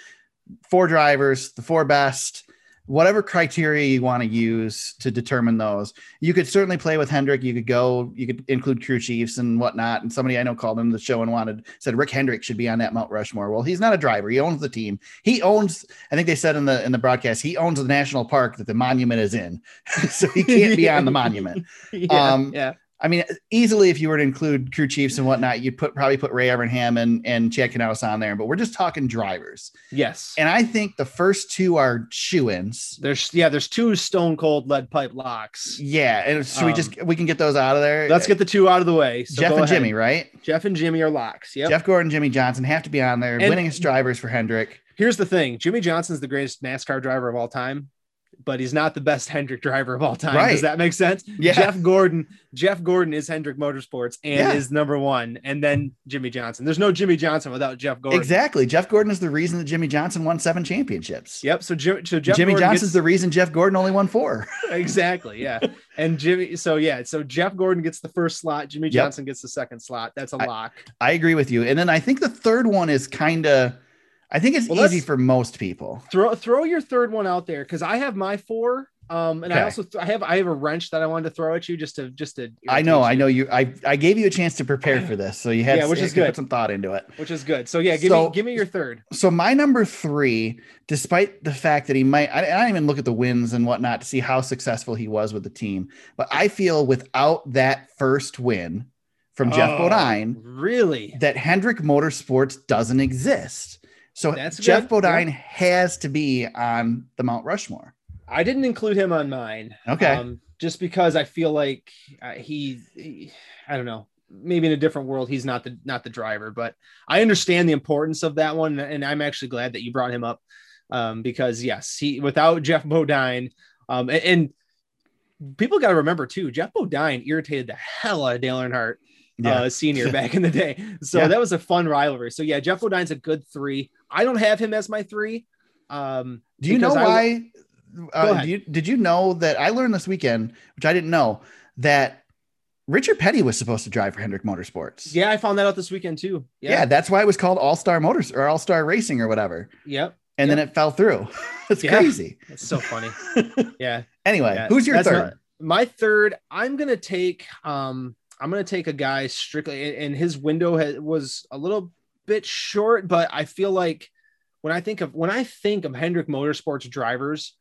S3: Four drivers, the four best, whatever criteria you want to use to determine those. You could certainly play with Hendrick. You could go, you could include crew chiefs and whatnot. And somebody I know called into the show and wanted said Rick Hendrick should be on that Mount Rushmore. Well, he's not a driver. He owns the team. He owns. I think they said in the in the broadcast he owns <laughs>
S4: <laughs>
S3: the national park that the monument is in, so he can't be on the monument.
S4: <laughs> yeah,
S3: Um,
S4: yeah
S3: I mean, easily if you were to include crew chiefs and whatnot, you'd put probably put Ray Evernham and, and Chad Kanalis on there, but we're just talking drivers.
S4: Yes.
S3: And I think the first two are shoe ins.
S4: There's yeah, there's two stone cold lead pipe locks.
S3: Yeah. And should we
S4: Um,
S3: just we can get those out of there?
S4: Let's get the two out of the way. So
S3: Jeff
S4: go
S3: and
S4: ahead.
S3: Jimmy, right?
S4: Jeff and Jimmy are locks. Yep.
S3: Jeff Gordon, Jimmy Johnson have to be on there.
S4: And-
S3: Winningest drivers for Hendrick.
S4: Here's the thing: Jimmy Johnson's the greatest NASCAR driver of all time, but he's not the best <laughs> Hendrick driver of all time.
S3: Right.
S4: Does that make sense?
S3: Yeah.
S4: Jeff Gordon. Jeff Gordon is Hendrick Motorsports and
S3: Yeah.
S4: is number one, and then Jimmy Johnson. There's no Jimmy Johnson without Jeff Gordon.
S3: Exactly. Jeff Gordon is the reason that Jimmy Johnson won seven championships.
S4: Yep. So, Jim, so Jeff
S3: Jimmy
S4: Gordon
S3: Johnson's the reason Jeff Gordon only won four. <laughs>
S4: gets, <laughs> exactly yeah, and Jimmy. So yeah, so Jeff Gordon gets the first slot. Jimmy
S3: Yep.
S4: Johnson gets the second slot. That's a
S3: I-
S4: lock.
S3: I agree with you. And then I think the third one is kind of, I think it's
S4: Well, let's-
S3: easy for most people.
S4: throw throw your third one out there because I have my four. Um, and I
S3: Okay.
S4: also th- I have I have a wrench that I wanted to throw at you just to just to
S3: I know, I
S4: irritate
S3: know you. I I gave you a chance to prepare for this, so you had
S4: Yeah, which
S3: you
S4: is
S3: could
S4: good.
S3: Put some thought into it.
S4: you, which is good. So yeah, give
S3: So-
S4: me give me your third.
S3: So my number three, despite the fact that he might, I, I didn't even look at the wins and whatnot to see how successful he was with the team, but I feel without that first win from Jeff
S4: Oh,
S3: Bodine
S4: Really?
S3: that Hendrick Motorsports doesn't exist. So
S4: That's
S3: Jeff
S4: good.
S3: Bodine has to be on the Mount Rushmore.
S4: I didn't include him on mine.
S3: Okay.
S4: Um, just because I feel like uh, he, he- I don't know, maybe in a different world he's not the not the driver, but I understand the importance of that one, and I'm actually glad that you brought him up um, because yes, he without Jeff Bodine, um, and, and people got to remember too, Jeff Bodine irritated the hell out of Dale Earnhardt uh, senior back in
S3: <laughs>
S4: the day. So
S3: Yeah.
S4: that was a fun rivalry. So yeah, Jeff Bodine's a good three. I don't have him as my three. Um,
S3: Do you know
S4: because I-
S3: why?
S4: Go
S3: uh,
S4: ahead.
S3: do you, did you know that I learned this weekend, which I didn't know, that Richard Petty was supposed to drive for Hendrick Motorsports.
S4: yeah, I found that out this weekend too.
S3: Yeah, that's why it was called All Star Motors or All Star Racing or whatever.
S4: Yep.
S3: And then it fell through. <laughs> it's
S4: Yeah.
S3: crazy.
S4: That's so
S3: <laughs>
S4: funny. yeah.
S3: Anyway,
S4: Yeah,
S3: who's your
S4: that's
S3: third?
S4: not- my third, I'm gonna take um I'm gonna take a guy strictly and- and his window ha- was a little bit short, but I feel like when I think of when I think of Hendrick Motorsports drivers,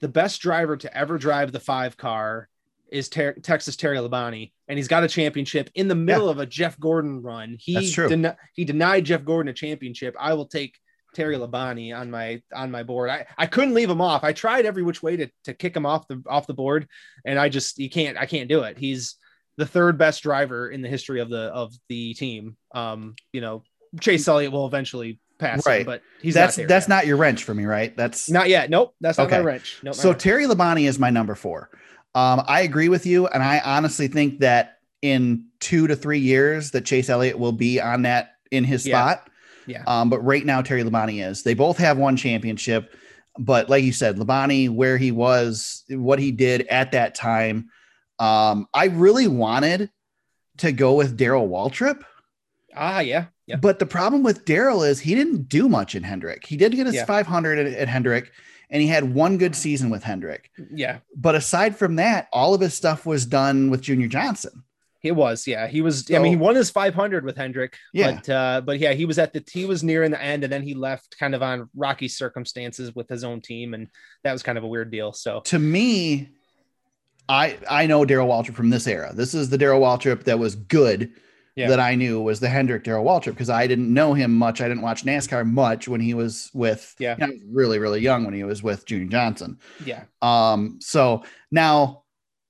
S4: the best driver to ever drive the five car is Ter- Texas Terry Labonte, and he's got a championship in the middle of a Jeff Gordon run. He
S3: That's true.
S4: den- he denied Jeff Gordon a championship. I will take Terry Labonte on my on my board. I, I couldn't leave him off. I tried every which way to, to kick him off the off the board, and I just you can't I can't do it. He's the third best driver in the history of the of the team. Um, you know, Chase Elliott will eventually pass
S3: Right.
S4: him, but he's
S3: that's
S4: not there
S3: that's
S4: yet.
S3: not your wrench for me, right? That's
S4: not yet. Nope, that's not my
S3: Okay.
S4: wrench. Nope, my
S3: so
S4: wrench.
S3: Terry Labonte is my number four. Um, I agree with you, and I honestly think that in two to three years that Chase Elliott will be on that in his
S4: Yeah.
S3: spot.
S4: Yeah.
S3: Um, but right now Terry Labonte is. They both have one championship, but like you said, Labonte, where he was, what he did at that time. Um, I really wanted to go with Daryl Waltrip.
S4: ah yeah yeah
S3: But the problem with Daryl is he didn't do much in Hendrick. He did get his
S4: Yeah.
S3: 500 at, at Hendrick, and he had one good season with Hendrick.
S4: yeah
S3: But aside from that, all of his stuff was done with Junior Johnson.
S4: He was, yeah. He was. I
S3: So-
S4: mean, he won his 500 with Hendrick.
S3: Yeah.
S4: But, uh, but yeah, he was at the he was nearing the end, and then he left kind of on rocky circumstances with his own team, and that was kind of a weird deal. So
S3: To me, I I know Daryl Waltrip from this era. This is the Daryl Waltrip that was good
S4: Yeah.
S3: that I knew was the Hendrick Daryl Waltrip because I didn't know him much. I didn't watch NASCAR much when he was with
S4: Yeah.
S3: I was really, really young when he was with Junior Johnson.
S4: yeah,
S3: Um, so now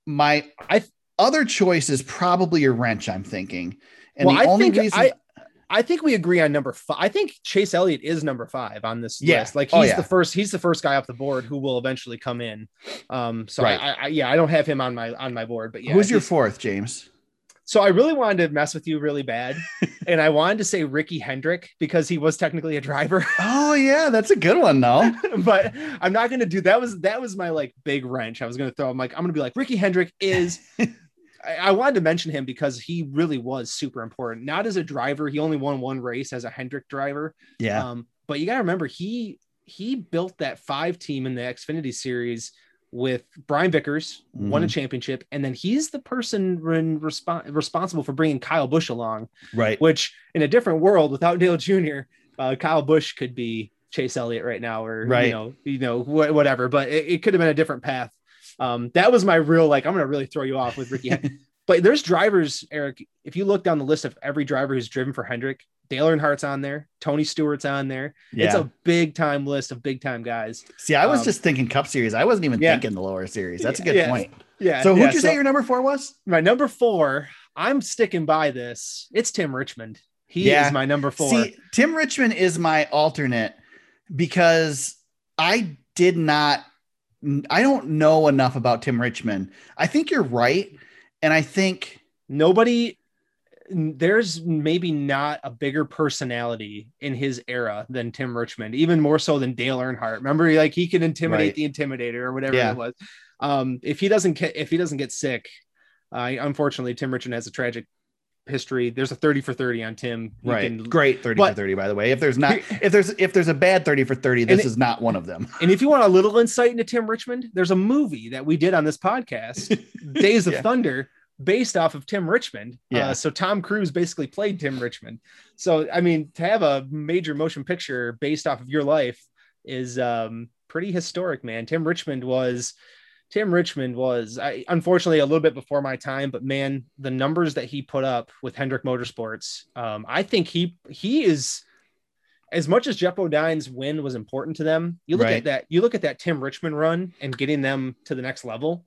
S3: my
S4: I-
S3: other choice is probably a wrench, I'm thinking. And
S4: Well,
S3: the
S4: I
S3: only
S4: think
S3: reason
S4: I- I think we agree on number five. I think Chase Elliott is number five on this
S3: Yeah.
S4: list. Like
S3: Oh,
S4: he's
S3: yeah.
S4: the first. He's the first guy off the board who will eventually come in. Um. So
S3: Right.
S4: I, I, yeah, I don't have him on my on my board, but yeah.
S3: who's your
S4: he's-
S3: fourth, James?
S4: So I really wanted to mess with you really <laughs> bad, and I wanted to say Ricky Hendrick because he was technically a driver. <laughs>
S3: Oh yeah, that's a good one though.
S4: but I'm not gonna do that. Was that was my like big wrench? I was gonna throw. I'm like, I'm gonna be like Ricky Hendrick is. <laughs> I, I wanted to mention him because he really was super important. Not as a driver, he only won one race as a Hendrick driver.
S3: yeah.
S4: Um, but you gotta remember he he built that five team in the Xfinity series with Brian Vickers, won a championship, and then he's the person when respon responsible for bringing Kyle Busch along
S3: right.
S4: which in a different world without <laughs> Dale Jr., uh, Kyle Bush could be Chase Elliott right now, or
S3: Right.
S4: you know, you know,
S3: <laughs>
S4: wh- whatever. But it, it could have been a different path. Um, that was my real like. I'm gonna really throw you off with Ricky. Hen- But there's drivers, Eric. If you look down the list of every driver who's driven for Hendrick, Dale Earnhardt's on there, Tony Stewart's on there.
S3: Yeah.
S4: It's a big time list of big time guys.
S3: See, I was
S4: um,
S3: just thinking Cup Series. I wasn't even
S4: Yeah.
S3: thinking the lower series. That's a good
S4: Yeah.
S3: point.
S4: Yeah.
S3: So, who'd
S4: yeah,
S3: you say your number four was?
S4: my number four? I'm sticking by this. It's Tim Richmond. He
S3: Yeah.
S4: is my number four.
S3: See, Tim Richmond is my alternate because I did not, I don't know enough about Tim Richmond. I think you're right. And I think,
S4: nobody there's maybe not a bigger personality in his era than Tim Richmond, even more so than Dale Earnhardt. Remember, like he can intimidate
S3: Right.
S4: the intimidator or whatever
S3: Yeah.
S4: it was. Um, if he doesn't get if he doesn't get sick, uh, unfortunately, Tim Richmond has a tragic history. There's a 30 for 30 on Tim. You
S3: right.
S4: can-
S3: Great 30 for
S4: but-
S3: 30, by the way. If there's <laughs> not, if there's, if there's a bad 30 for 30, this
S4: it-
S3: is not one of them.
S4: and if you want a little insight into Tim Richmond, there's a movie that we did on
S3: <laughs>
S4: this podcast, Days of
S3: Yeah.
S4: Thunder, based off of Tim Richmond.
S3: Yeah.
S4: Uh, so Tom Cruise basically played Tim Richmond. So I mean, to have a major motion picture based off of your life is um, pretty historic, man. Tim Richmond was. Tim Richmond was I, unfortunately a little bit before my time, but man, the numbers that he put up with Hendrick Motorsports, um, I think he he is as much as Jeff Odine's win was important to them. You look
S3: Right.
S4: at that. You look at that Tim Richmond run and getting them to the next level.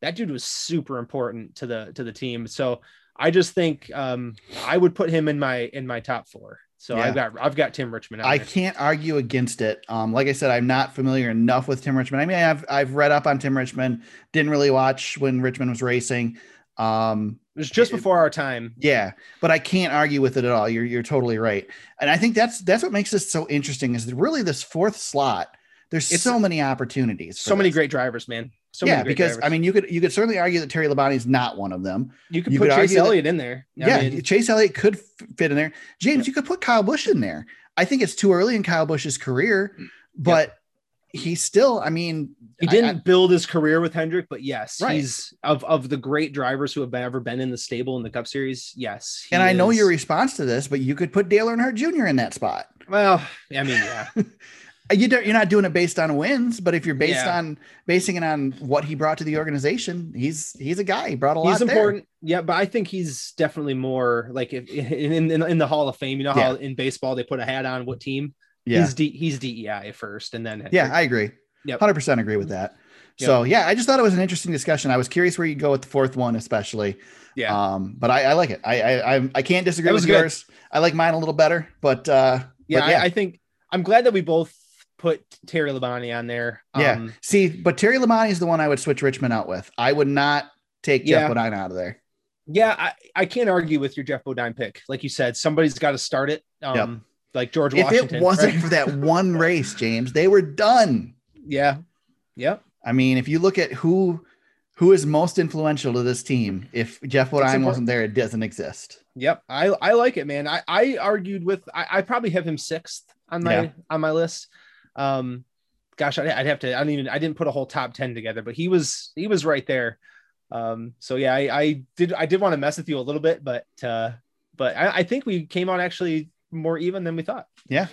S4: That dude was super important to the to the team. So I just think um, I would put him in my in my top four. So I've got I've got Tim Richmond. on
S3: I
S4: there.
S3: can't argue against it. Um, like I said, I'm not familiar enough with Tim Richmond. I mean, I've I've read up on Tim Richmond. Didn't really watch when Richmond was racing. Um,
S4: It was just before our time.
S3: yeah, but I can't argue with it at all. You're you're totally right, and I think that's that's what makes this so interesting. Is really this fourth slot? There's
S4: It's-
S3: so many opportunities. for
S4: So many
S3: this.
S4: great drivers, man. So
S3: yeah,
S4: many great
S3: because
S4: drivers.
S3: I mean, you could you could certainly argue that Terry Labonte is not one of them.
S4: you could
S3: you
S4: put
S3: could
S4: Chase
S3: argue that-
S4: Elliott in there. I
S3: yeah,
S4: mean,
S3: Chase Elliott could f- fit in there. James, you could put Kyle Bush in there. I think it's too early in Kyle Bush's career, but he's still, I mean,
S4: Mm, he
S3: I-
S4: didn't build his career with Hendrick, but yes,
S3: Right.
S4: he's of of the great drivers who have ever been in the stable in the Cup Series. Yes, he
S3: and I know
S4: is-
S3: your response to this, but you could put Dale Earnhardt Jr. in that spot. Uh,
S4: Well, I mean, yeah,
S3: You don't, you're not doing it based on wins, but if you're based
S4: Yeah.
S3: on basing it on what he brought to the organization, he's he's a guy. He brought <laughs> a lot.
S4: he's
S3: there.
S4: important. Yeah, but I think he's definitely more like if, <laughs> in, in in the Hall of Fame. You know how in baseball they put a hat on what team?
S3: Yeah,
S4: He's D, he's DEI first, and then
S3: yeah, I agree.
S4: Yep.
S3: hundred percent agree with that.
S4: Yep.
S3: So yeah, I just thought it was an interesting discussion. I was curious where you go with the fourth one, especially.
S4: yeah.
S3: Um, but I, I like it. I I I'm- I can't disagree
S4: That was
S3: with
S4: good.
S3: yours. I like mine a little better, but uh,
S4: yeah,
S3: but yeah.
S4: I, I think I'm glad that we both put Terry Labonte on there.
S3: yeah.
S4: Um,
S3: See, but Terry Labonte is the one I would switch Richmond out with. I would not take
S4: Yeah.
S3: Jeff Bodine out of there.
S4: yeah, I, I can't argue with your Jeff Bodine pick. Like you said, somebody's got to start it. Um, like George
S3: If
S4: Washington.
S3: it wasn't
S4: right?
S3: for that
S4: <laughs>
S3: one race, James, they were done.
S4: yeah, yeah,
S3: I mean, if you look at who who is most influential to this team, if Jeff Bodine
S4: important.
S3: wasn't there, it doesn't exist.
S4: Yep, I I like it, man. I I argued with I, I probably have him sixth on my
S3: Yeah.
S4: on my list. Um, gosh, I'd, I'd have to. I don't even. I didn't put a whole top ten together, but he was he was right there. Um, so yeah, I, I did I did want to mess with you a little bit, but uh, but I, I think we came out actually more even than we thought.
S3: Yeah.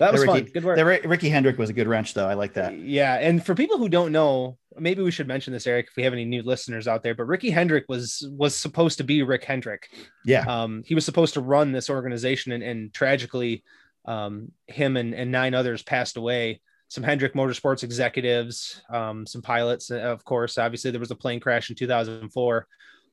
S4: that was
S3: There,
S4: fun.
S3: Ricky-
S4: Good work.
S3: That Ri- Ricky Hendrick was a good wrench, though. I like that.
S4: Yeah, and for people who don't know, maybe we should mention this, Eric, if we have any new listeners out there. But Ricky Hendrick was was supposed to be Rick Hendrick.
S3: Yeah,
S4: Um, he was supposed to run this organization, and, and tragically, um, him and, and nine others passed away. Some Hendrick Motorsports executives, um, some pilots, uh, of course. Obviously, there was a plane crash in 2004,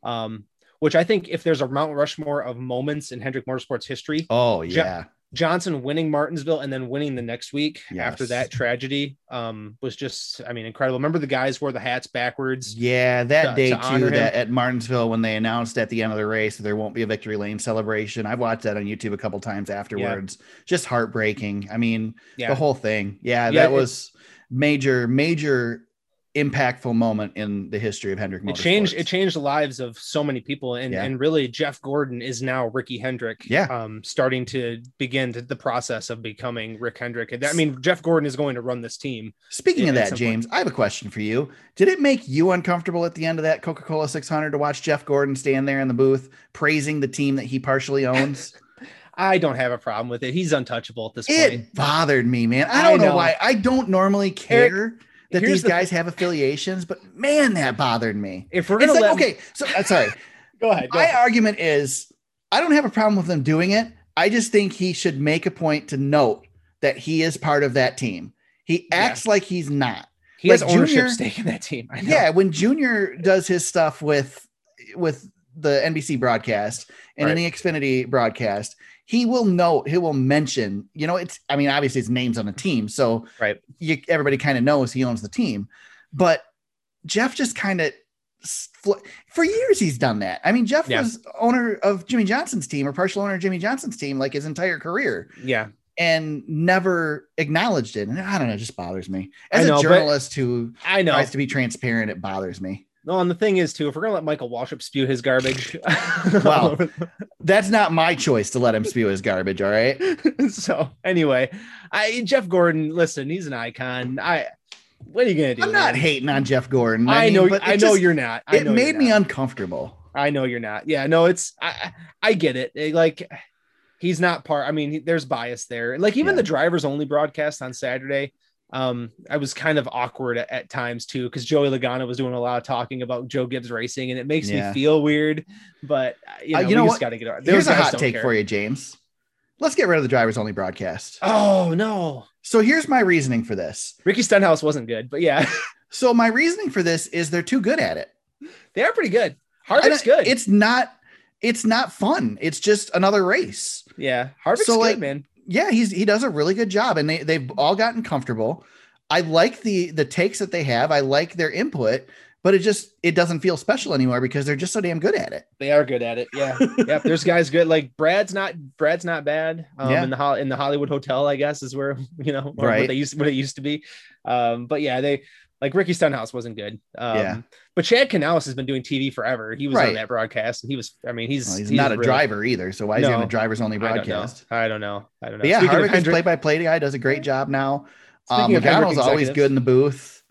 S4: um, which I think if there's a Mount Rushmore of moments in Hendrick Motorsports history,
S3: Oh
S4: Ja-
S3: yeah,
S4: Johnson winning Martinsville and then winning the next week after
S3: Yes.
S4: that tragedy um, was just, I mean, incredible. Remember the guys wore the hats backwards.
S3: yeah. That
S4: to-
S3: day
S4: to honor
S3: too,
S4: him.
S3: that at Martinsville when they announced at the end of the race that there won't be a victory lane celebration. I've watched that on YouTube a couple times afterwards. Just heartbreaking. I mean,
S4: Yeah,
S3: the whole thing. Yeah,
S4: Yeah,
S3: that
S4: it-
S3: was major, major, impactful moment in the history of Hendrick.
S4: it changed.
S3: Motorsports.
S4: It changed the lives of so many people, and
S3: Yeah.
S4: and really, Jeff Gordon is now Ricky Hendrick.
S3: Yeah.
S4: um, starting to begin to the process of becoming Rick Hendrick. And that- I mean, Jeff Gordon is going to run this team.
S3: Speaking of
S4: at
S3: that,
S4: some point.
S3: James, I have a question for you. Did it make you uncomfortable at the end of that Coca Cola 600 to watch Jeff Gordon stand there in the booth praising the team that he partially owns?
S4: I don't have a problem with it. He's untouchable at this point.
S3: It bothered me, man. I
S4: I
S3: don't know.
S4: know.
S3: why. I don't normally care that
S4: Here's
S3: these
S4: the-
S3: guys have affiliations, but man, that bothered me.
S4: If we're
S3: It's
S4: gonna
S3: like,
S4: let
S3: okay,
S4: <laughs>
S3: so uh, sorry.
S4: go ahead. go
S3: My
S4: ahead.
S3: argument is I don't have a problem with them doing it. I just think he should make a point to note that he is part of that team. He acts like he's not.
S4: he has
S3: like,
S4: ownership
S3: Junior-
S4: stake in that team. I know.
S3: Yeah, when Junior does his stuff with with the NBC broadcast and
S4: Right.
S3: any Xfinity broadcast, he will note, he will mention, you know, it's I mean, obviously his name's on the team, so
S4: Right.
S3: you, everybody kind of knows he owns the team. But Jeff just kind of for years he's done that. I mean, Jeff
S4: Yeah.
S3: was owner of Jimmy Johnson's team or partial owner of Jimmy Johnson's team like his entire career
S4: yeah.
S3: and never acknowledged it. And I don't know, it just bothers me.
S4: I
S3: As
S4: know,
S3: a
S4: but-
S3: journalist who
S4: I know.
S3: tries to be transparent, it bothers me.
S4: No, and the thing is too, if we're gonna let Michael Waltrip spew his garbage, <laughs>
S3: Wow. That's not my choice to let him spew his garbage. All right.
S4: so anyway, I Jeff Gordon, listen, he's an icon. I what are you gonna do?
S3: I'm not
S4: man?
S3: hating on Jeff Gordon.
S4: I,
S3: mean,
S4: know.
S3: but
S4: I
S3: it
S4: know
S3: just-
S4: you're not. I
S3: it
S4: know
S3: made
S4: you're
S3: me
S4: not.
S3: uncomfortable.
S4: I know you're not. Yeah. No, it's. I I I get it. It, Like he's not part. I mean, he- there's bias there. Like even
S3: Yeah.
S4: the drivers only broadcast on Saturday. Um, I was kind of awkward at, at times too because Joey Logano was doing a lot of talking about Joe Gibbs racing, and it makes
S3: Yeah.
S4: me feel weird. But uh, you
S3: Uh,
S4: know,
S3: you know
S4: we
S3: what?
S4: just got to get. our-
S3: Here's
S4: those
S3: a
S4: guys
S3: hot
S4: don't
S3: take
S4: care.
S3: for you, James. Let's get rid of the drivers only broadcast.
S4: Oh no,
S3: So here's my reasoning for this.
S4: Ricky Stenhouse wasn't good, but yeah, <laughs>
S3: So my reasoning for this is they're too good at it.
S4: they are pretty good.
S3: I
S4: Harvick's
S3: don't-
S4: good.
S3: It's not. It's not fun. It's just another race.
S4: yeah, Harvick's
S3: So,
S4: good,
S3: like,
S4: man.
S3: Yeah, he's he does a really good job, and they they've all gotten comfortable. I like the the takes that they have. I like their input, but it just it doesn't feel special anymore because they're just so damn good at it.
S4: They are good at it. Yeah. yep. There's guys good. Like Brad's not Brad's not bad. Um,
S3: Yeah.
S4: in the Hol- in the Hollywood Hotel, I guess is where <laughs> you know or
S3: Right.
S4: what they used what it used to be. Um, but yeah, they like Ricky Stenhouse wasn't good. Um,
S3: Yeah.
S4: But Chad Canales has been doing TV forever. He was
S3: Right.
S4: on that broadcast, and he was. I mean, he's
S3: Well, he's, not a
S4: really-
S3: driver either, so why is he on
S4: No.
S3: a drivers only
S4: I don't know.
S3: broadcast?
S4: I don't know. I don't know.
S3: But yeah,
S4: Speaking of
S3: Harvick's
S4: Hendrick-
S3: play by play guy does a great job now. Um,
S4: Speaking of Hendrick
S3: McDonald's always
S4: executives.
S3: good in the booth.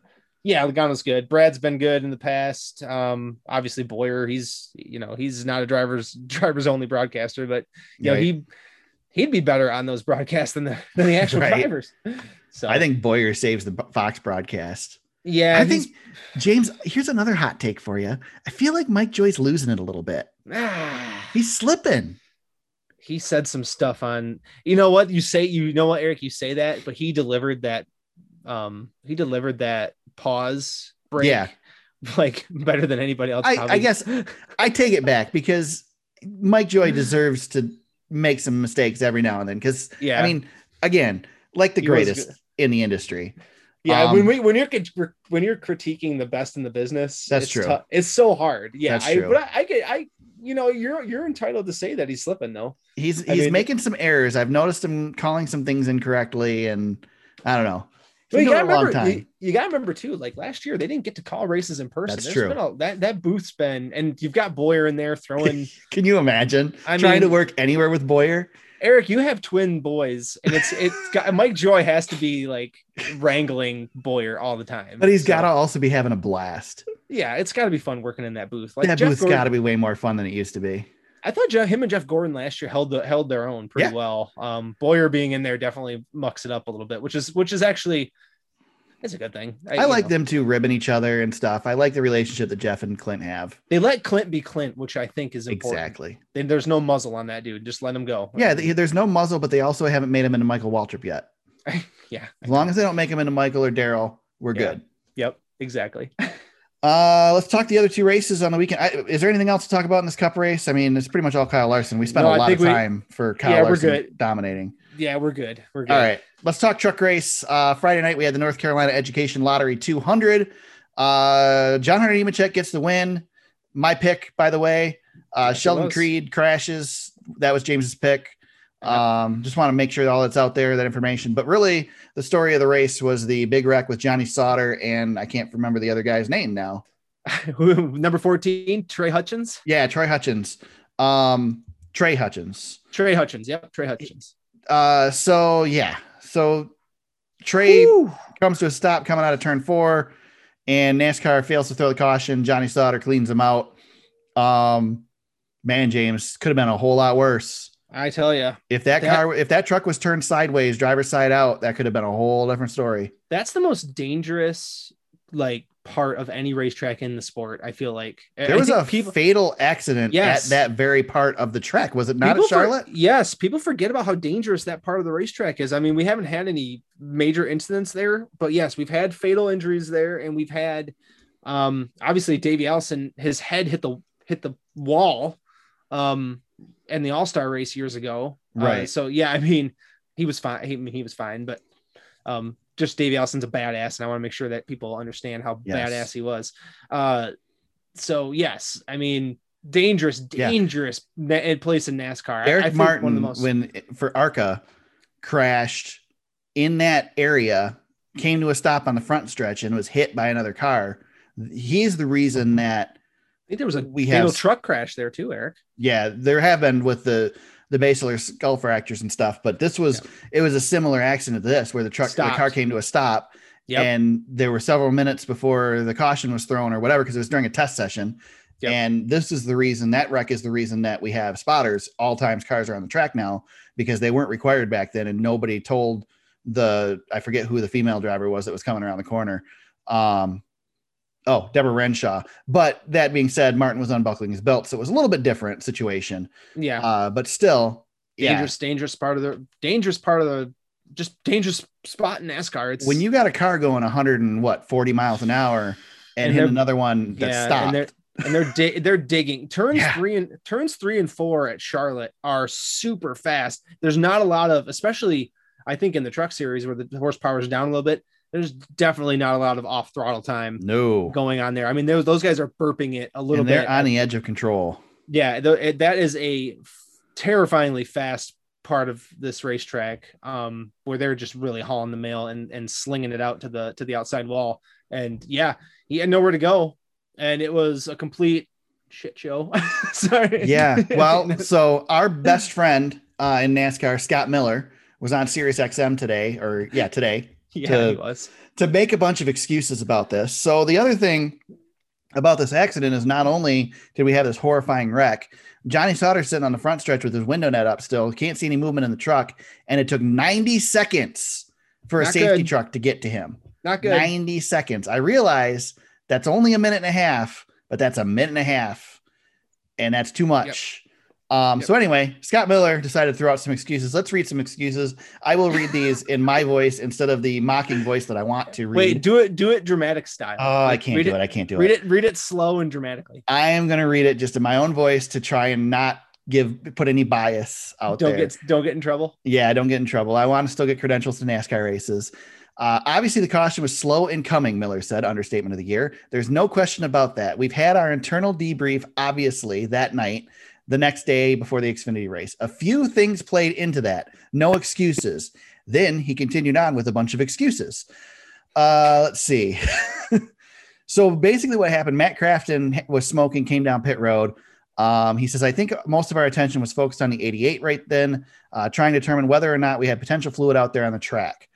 S4: yeah, Logano's good. Brad's been good in the past. Um, obviously Boyer, he's you know he's not a driver's <laughs> driver's only broadcaster, but you know
S3: Right.
S4: he he'd be better on those broadcasts than the than the
S3: <laughs>
S4: actual
S3: Right.
S4: drivers. So
S3: I think Boyer saves the Fox broadcast.
S4: yeah,
S3: I
S4: he's-
S3: think James. Here's another hot take for you. I feel like Mike Joy's losing it a little bit.
S4: ah,
S3: He's slipping.
S4: <sighs> he said some stuff on you know what you say you know what Eric you say that, but he delivered that um he delivered that pause break
S3: Yeah.
S4: <laughs> like better than anybody else.
S3: I- I
S4: probably.
S3: guess- I take it back because Mike
S4: <laughs>
S3: Joy deserves to make some mistakes every now and then. Because
S4: yeah.
S3: I mean, again, like the
S4: He was
S3: greatest in the industry.
S4: Yeah,
S3: Um,
S4: when we, when you're crit- when you're critiquing the best in the business,
S3: That's
S4: it's
S3: true.
S4: tou- It's so hard. Yeah,
S3: That's
S4: I,
S3: true.
S4: but I, I get I you know you're you're entitled to say that he's slipping though.
S3: He's he's
S4: I mean-
S3: making some errors. I've noticed him calling some things incorrectly, and I don't know. He's
S4: But
S3: been
S4: you
S3: doing
S4: gotta
S3: it a long
S4: remember, you,
S3: time.
S4: you gotta remember too. Like last year, they didn't get to call races in person.
S3: That's
S4: There's
S3: true.
S4: Been a, that that booth's been, and you've got Boyer in
S3: <laughs>
S4: there throwing.
S3: Can you imagine
S4: I
S3: trying to
S4: mean-
S3: work anywhere with Boyer?
S4: Eric, you have twin boys, and it's it's got, Mike Joy has to be like wrangling Boyer all the time.
S3: But he's
S4: So,
S3: got to also be having a blast.
S4: yeah, it's got to be fun working in that booth. Like
S3: that
S4: Jeff
S3: booth's
S4: Gordon-
S3: got to be way more fun than it used to be.
S4: I thought Jeff, him and Jeff Gordon last year held the held their own pretty
S3: Yeah.
S4: well. Um, Boyer being in there definitely mucks it up a little bit, which is which is actually it's a good thing.
S3: I
S4: you
S3: like
S4: know.
S3: them to ribbon each other and stuff. I like the relationship that Jeff and Clint have.
S4: They let Clint be Clint, which I think is important.
S3: Exactly.
S4: Then there's no muzzle on that dude. Just let him go.
S3: Yeah, th- there's no muzzle, but they also haven't made him into Michael Waltrip yet.
S4: <laughs> yeah.
S3: As long as they don't make him into Michael or Daryl, we're
S4: Yeah.
S3: good.
S4: Yep. Exactly.
S3: Uh, let's talk the other two races on the weekend. I, is there anything else to talk about in this cup race? I mean, it's pretty much all Kyle Larson. We spent
S4: No,
S3: a
S4: I
S3: lot
S4: think
S3: of
S4: we-
S3: time for Kyle
S4: Yeah, we're
S3: Larson
S4: good.
S3: dominating.
S4: Yeah, we're good. We're good.
S3: All right, let's talk truck race. Uh, Friday night we had the North Carolina Education Lottery 200. Uh, John Hunter Nemechek gets the win. My pick, by the way. Uh,
S4: Yes, it
S3: Sheldon
S4: was.
S3: Creed crashes. That was James's pick. Um, just want to make sure all that's out there, that information. But really, the story of the race was the big wreck with Johnny Sauter, and I can't remember the other guy's name now.
S4: <laughs> Number fourteen, Trey Hutchins.
S3: Yeah, Troy Hutchins. Um, Trey Hutchins.
S4: Trey Hutchins. Yep. Trey Hutchins.
S3: Uh, so yeah, so Trey.
S4: Whew.
S3: comes to a stop coming out of turn four, and NASCAR fails to throw the caution. Johnny Sauter cleans him out. Um, man, James could have been a whole lot worse.
S4: I tell you,
S3: If that,
S4: That-
S3: car, if that truck was turned sideways, driver's side out, that could have been a whole different story.
S4: that's the most dangerous like part of any racetrack in the sport. I feel like I-
S3: There
S4: I
S3: was
S4: think
S3: a fatal accident
S4: Yes.
S3: at that very part of the track. Was it not
S4: people
S3: at
S4: for-
S3: Charlotte?
S4: yes, people forget about how dangerous that part of the racetrack is. I mean, we haven't had any major incidents there, but yes, we've had fatal injuries there, and we've had um, obviously Davey Allison, his head hit the hit the wall um, in the All Star race years ago. Uh,
S3: Right.
S4: so yeah, I mean, he was fine. He, I mean, he was fine, but um, just Davey Allison's a badass, and I want to make sure that people understand how
S3: Yes.
S4: badass he was. Uh, so yes, I mean dangerous,
S3: Yeah.
S4: dangerous na- in place in NASCAR. I- I
S3: Eric
S4: think
S3: Martin,
S4: one of the most.
S3: when for ARCA, crashed in that area, came to a stop on the front stretch and was hit by another car. He's the reason that
S4: I think there was a
S3: we
S4: fatal
S3: have
S4: truck crash there too, Eric.
S3: yeah, there have been with the the basilar skull fractures and stuff, but this was it was a similar accident to this where the truck the
S4: Stopped.
S3: car came to a stop
S4: Yep.
S3: and there were several minutes before the caution was thrown or whatever because it was during a test session.
S4: Yep.
S3: And this is the reason that wreck is the reason that we have spotters all times cars are on the track now because they weren't required back then and nobody told the I forget who the female driver was that was coming around the corner. Um, oh, Deborah Renshaw. But that being said, Martin was unbuckling his belt, so it was a little bit different situation.
S4: Yeah,
S3: Uh, but still, yeah,
S4: dangerous, dangerous part of the dangerous part of the just dangerous spot in NASCAR. It's
S3: when you got a car going 100 and what 40 miles an hour and,
S4: And
S3: hit
S4: they're-
S3: another one that
S4: yeah,
S3: stopped.
S4: and they're and they're di- they're digging turns
S3: Yeah.
S4: three and turns three and four at Charlotte are super fast. There's not a lot of especially I think in the truck series where the horsepower is down a little bit. There's definitely not a lot of off throttle time
S3: no,
S4: going on there. I mean, those those guys are burping it a little
S3: and they're
S4: bit.
S3: on the edge of control.
S4: yeah, th- it- that is a f- terrifyingly fast part of this racetrack um, where they're just really hauling the mail and and slinging it out to the to the outside wall. And yeah, he had nowhere to go, and it was a complete shit show. <laughs> Sorry.
S3: Yeah. Well, so our best friend uh, in NASCAR, Scott Miller, was on Sirius XM today, or yeah, today,
S4: <laughs> yeah, he
S3: to-
S4: was.
S3: to make a bunch of excuses about this. So the other thing about this accident is not only did we have this horrifying wreck, Johnny Sauter sitting on the front stretch with his window net up still, can't see any movement in the truck, and it took 90 seconds for a
S4: Not
S3: safety
S4: good.
S3: truck to get to him.
S4: Not good.
S3: 90 seconds. I realize that's only a minute and a half, but that's a minute and a half, and that's too much. Um,
S4: Yep.
S3: So anyway, Scott Miller decided to throw out some excuses. Let's read some excuses. I will read these in my voice instead of the mocking voice that I want to read.
S4: Wait, do it do it dramatic style.
S3: oh, I
S4: Like,
S3: can't
S4: read
S3: do it. I can't do
S4: Read
S3: it.
S4: it read it slow and dramatically.
S3: I am going to read it just in my own voice to try and not give put any bias out
S4: Don't
S3: there.
S4: get don't get in trouble.
S3: Yeah, I don't get in trouble. I want to still get credentials to NASCAR races. Uh, obviously, the caution was slow in coming, Miller said, understatement of the year. There's no question about that. We've had our internal debrief, obviously, that night, the next day before the Xfinity race. A few things played into that. No excuses. Then he continued on with a bunch of excuses. Uh, let's see. <laughs> so basically, what happened Matt Crafton was smoking, came down pit road. Um, he says, I think most of our attention was focused on the 88 right then uh, trying to determine whether or not we had potential fluid out there on the track.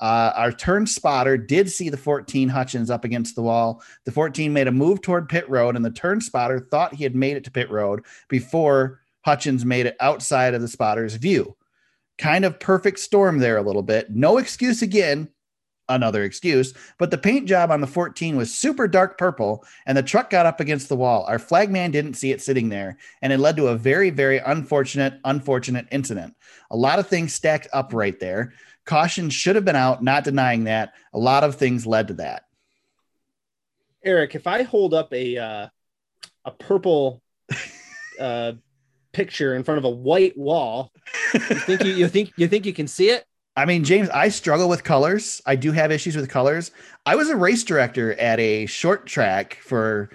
S3: Uh, our turn spotter did see the 14 Hutchins up against the wall. The 14 made a move toward pit road, and the turn spotter thought he had made it to pit road before Hutchins made it outside of the spotter's view. Kind of perfect storm there, a little bit. No excuse again, another excuse, but the paint job on the 14 was super dark purple, and the truck got up against the wall. Our flag man didn't see it sitting there, and it led to a very, very unfortunate, unfortunate incident. A lot of things stacked up right there. Caution should have been out, not denying that. A lot of things led to that.
S4: Eric, if I hold up a uh,
S3: <laughs>
S4: a purple uh, picture in front of a white wall, you think you, you think you think you can see it?
S3: I mean, James, I struggle with colors. I do have issues with colors. I was a race director at a short track for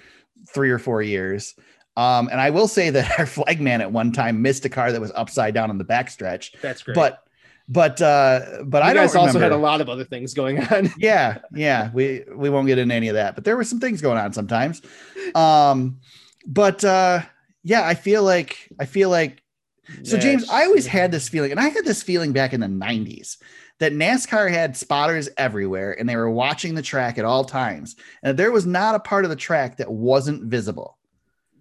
S3: three or four years. Um, and I will say that <laughs> our flagman at one time missed a car that was upside down on the backstretch.
S4: That's great.
S3: But, but, uh, but
S4: you
S3: I
S4: guys
S3: don't
S4: also had
S3: remember.
S4: a lot of other things going on.
S3: yeah yeah we we won't get into any of that but there were some things going on sometimes um but uh yeah i feel like i feel like <laughs> so
S4: Yeah,
S3: james
S4: it's-
S3: i always had this feeling and i had this feeling back in the 90s that nascar had spotters everywhere and they were watching the track at all times and there was not a part of the track that wasn't visible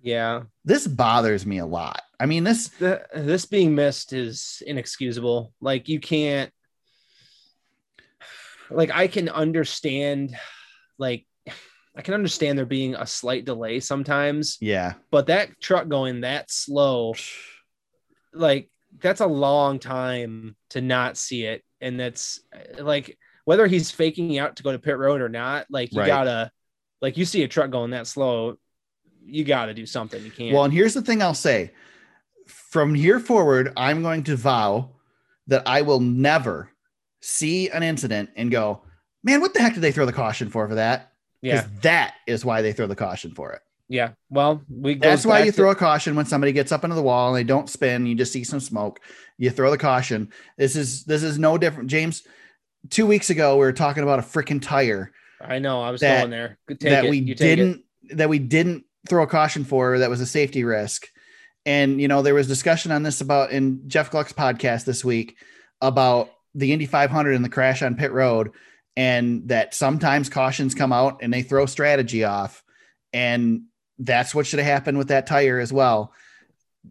S4: Yeah,
S3: this bothers me a lot I mean, this
S4: The, this being missed is inexcusable. Like you can't. Like I can understand, like I can understand there being a slight delay sometimes,
S3: yeah.
S4: but that truck going that slow, like that's a long time to not see it, and that's like whether he's faking out to go to pit road or not. Like you
S3: Right.
S4: gotta, like you see a truck going that slow, you gotta do something. You can't.
S3: Well, and here's the thing I'll say. From here forward, I'm going to vow that I will never see an incident and go, man, what the heck did they throw the caution for for that?
S4: yeah,
S3: that is why they throw the caution for it.
S4: yeah. Well, we. goes
S3: That's why
S4: back
S3: you
S4: to-
S3: throw a caution when somebody gets up into the wall and they don't spin. You just see some smoke. You throw the caution. This is this is no different. James, two weeks ago we were talking about a freaking tire
S4: I know. I was
S3: that-
S4: going there. Good, Take
S3: that
S4: it.
S3: we
S4: You take it.
S3: didn't that we didn't throw a caution for that was a safety risk and you know there was discussion on this about in jeff gluck's podcast this week about the indy 500 and the crash on pit road and that sometimes cautions come out and they throw strategy off and that's what should have happened with that tire as well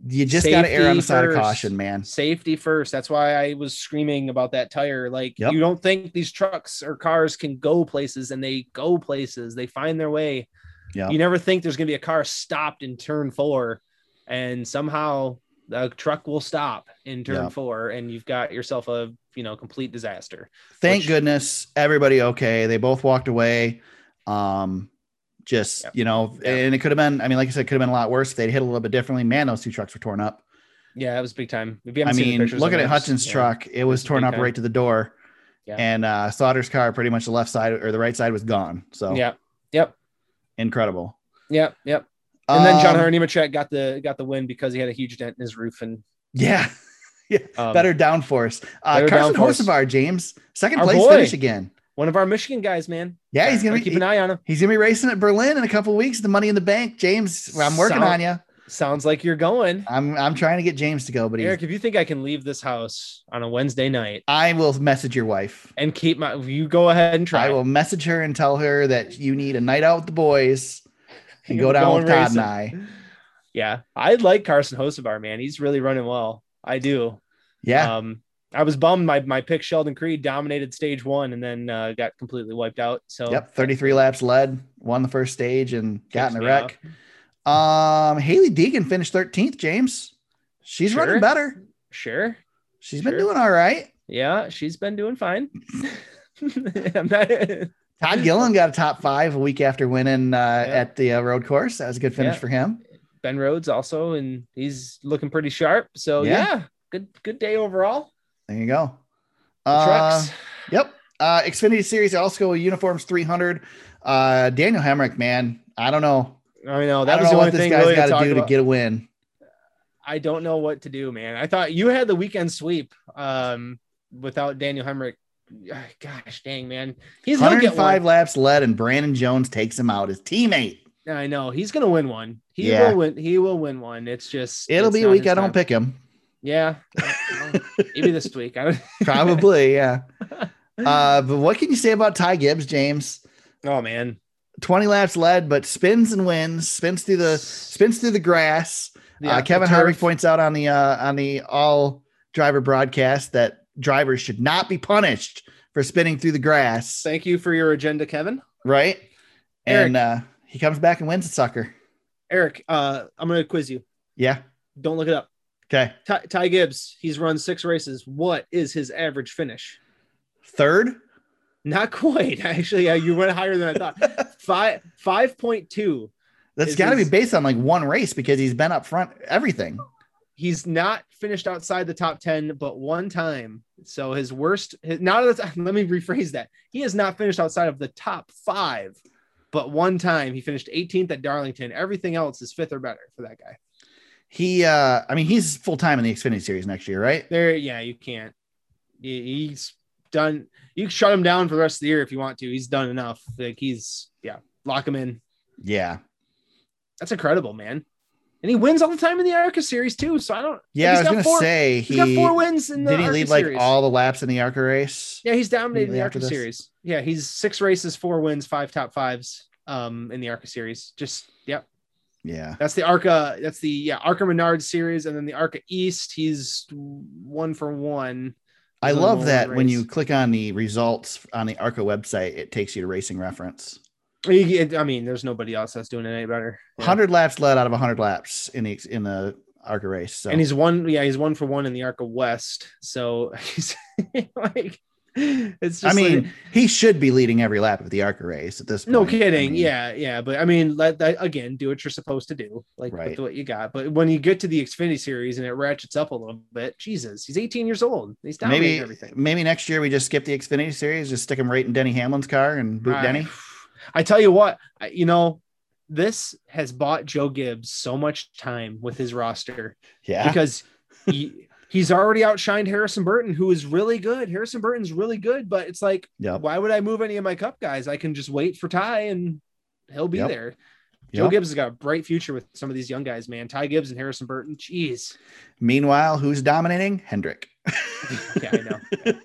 S3: you just got to err on the
S4: Safety
S3: side of
S4: first.
S3: caution man
S4: Safety first. That's why I was screaming about that tire. Like
S3: Yep.
S4: you don't think these trucks or cars can go places, and they go places. They find their way.
S3: Yep.
S4: You never think there's gonna be a car stopped in turn four, and somehow the truck will stop in turn
S3: Yep.
S4: four, and you've got yourself a you know complete disaster.
S3: thank
S4: Which-
S3: goodness everybody okay they both walked away um just
S4: Yeah.
S3: you know
S4: Yeah.
S3: and it could have been i mean like i said could have been a lot worse if they'd hit a little bit differently man those two trucks were torn up
S4: Yeah, that was big time. If you
S3: i
S4: haven't seen the
S3: mean
S4: pictures
S3: look
S4: of
S3: at
S4: it,
S3: it hutchins
S4: yeah.
S3: truck it was
S4: It's
S3: torn
S4: big
S3: up
S4: time.
S3: right to the door
S4: Yeah.
S3: and uh sauter's car pretty much the left side or the right side was gone so
S4: Yeah. Yep.
S3: incredible
S4: Yep. Yep. And then John
S3: Um,
S4: Hunter Nemechek got the got the win because he had a huge dent in his roof and
S3: yeah
S4: um,
S3: better downforce uh
S4: better
S3: carson
S4: downforce.
S3: Hocevar, james second
S4: Our
S3: place
S4: boy.
S3: finish again
S4: one of our Michigan guys, man.
S3: yeah he's gonna
S4: Gotta
S3: be
S4: keep
S3: he-
S4: an eye on him.
S3: he's gonna be racing at berlin in a couple weeks the money in the bank james i'm working
S4: Sound-
S3: on you
S4: Sounds like you're going,
S3: I'm I'm trying to get James to go, but he's,
S4: Eric. If you think I can leave this house on a Wednesday night
S3: I will message your wife.
S4: and keep my, you go ahead and try.
S3: I will message her and tell her that you need a night out with the boys and
S4: <laughs>
S3: go down
S4: Going
S3: with Todd and I.
S4: racing. Yeah, I like Carson Hosevar, man. He's really running well. I do.
S3: Yeah,
S4: Um, I was bummed my my pick Sheldon Creed dominated stage one and then uh, got completely wiped out. So
S3: yep. 33 laps led, won the first stage, and got in
S4: Kicks
S3: a
S4: me
S3: wreck. Um, Haley Deegan finished 13th. James, she's
S4: Sure.
S3: running better.
S4: sure.
S3: She's been
S4: Sure.
S3: doing all right.
S4: Yeah, she's been doing fine. <laughs> I'm not.
S3: Todd Gillen got a top five a week after winning uh, at the uh, road course. That was a good finish
S4: Yeah.
S3: for him.
S4: Ben Rhodes also, and he's looking pretty sharp. So
S3: Yeah.
S4: yeah, good good day overall.
S3: There you go.
S4: The
S3: Uh,
S4: trucks.
S3: Yep. Uh, Xfinity Series also uniforms 300. Uh, Daniel Hemrick, man, I don't know.
S4: I know
S3: I
S4: that
S3: don't
S4: was the
S3: know
S4: only
S3: what this
S4: thing
S3: guy's
S4: really to
S3: got
S4: talk
S3: to do to
S4: about.
S3: get a win.
S4: I don't know what to do, man. I thought you had the weekend sweep um, without Daniel Hemrick. <sighs> Ah, Gosh dang, man, he's gonna get
S3: 105
S4: one.
S3: laps led, and Brandon Jones takes him out. His teammate.
S4: I know he's gonna win one. He
S3: Yeah.
S4: will win. He will win one. It's just
S3: It'll
S4: it's
S3: be a
S4: not
S3: week
S4: his
S3: I don't
S4: time.
S3: pick
S4: <laughs>
S3: him.
S4: Yeah,
S3: <laughs>
S4: maybe this week. I don't.
S3: Probably,
S4: <laughs>
S3: yeah. Uh, but what can you say about Ty Gibbs, James?
S4: Oh man,
S3: 20 laps led, but spins and wins. Spins through the spins through the grass.
S4: Yeah,
S3: uh,
S4: the
S3: Kevin
S4: turf.
S3: Harvick points out on the uh, on the all driver broadcast that drivers should not be punished for spinning through the grass.
S4: Thank you for your agenda, Kevin.
S3: right? And uh, he comes back and wins the sucker.
S4: Eric, uh, I'm gonna quiz you.
S3: Yeah.
S4: Don't look it up.
S3: Okay.
S4: Ty, Ty Gibbs, he's run six races. What is his average finish?
S3: Third.
S4: Not quite. <laughs> Actually, yeah, you went higher than I thought. Five five point two.
S3: That's
S4: Is
S3: got to be
S4: his-
S3: based on like one race because he's been up front everything.
S4: He's not finished outside the top ten, but one time. So his worst. His, not at the top- <laughs> let me rephrase that. He has not finished outside of the top five, but one time he finished 18th at Darlington. Everything else is fifth or better for that guy.
S3: He, uh, I mean, he's full time in the Xfinity Series next year, right?
S4: There, yeah, you can't. He- He's done. You can shut him down for the rest of the year if you want to. He's done enough. Like he's yeah, lock him in.
S3: Yeah.
S4: That's incredible, man. And he wins all the time in the Arca series too. So I don't.
S3: Yeah,
S4: he's
S3: I was
S4: got
S3: gonna
S4: four-
S3: say
S4: He's got
S3: he
S4: four wins in the
S3: did he
S4: ARCA
S3: lead like
S4: series.
S3: all the laps in the ARCA race.
S4: Yeah, he's dominated in the
S3: immediately after this?
S4: Arca series. Yeah, he's six races, four wins, five top fives um in the Arca series. Just yep.
S3: Yeah.
S4: That's the Arca. That's the yeah Arca Menard series, and then the Arca East. He's one for one.
S3: I
S4: Another
S3: love
S4: one
S3: that when
S4: race.
S3: you click on the results on the ARCA website, it takes you to racing reference.
S4: I I mean, there's nobody else that's doing it any better. Yeah.
S3: 100 laps led out of 100 laps in the in the ARCA race. So
S4: And he's one. Yeah, he's one for one in the Arca West. So <laughs> he's like, it's just.
S3: I
S4: like-
S3: mean, he should be leading every lap of the ARCA race at this point.
S4: No
S3: I
S4: kidding.
S3: mean,
S4: yeah, yeah. But I mean, let that again, do what you're supposed to do, like
S3: Right.
S4: with what you got. But when you get to the Xfinity series and it ratchets up a little bit, Jesus, he's 18 years old. He's dominating
S3: Maybe
S4: everything.
S3: maybe next year we just skip the Xfinity series, just stick him right in Denny Hamlin's car and boot
S4: I-
S3: Denny.
S4: I tell you what, I- you know, this has bought Joe Gibbs so much time with his roster
S3: Yeah.
S4: because he, he's already outshined Harrison Burton, who is really good. Harrison Burton's really good, but it's like,
S3: <laughs> Yep.
S4: Uh, why would I move any of my cup guys? I can just wait for Ty and he'll be
S3: Yep.
S4: there. Joe
S3: Yep.
S4: Gibbs has got a bright future with some of these young guys, man. Ty Gibbs and Harrison
S3: <laughs>
S4: Burton. Jeez.
S3: Meanwhile, who's dominating? Hendrick.
S4: Yeah, I know.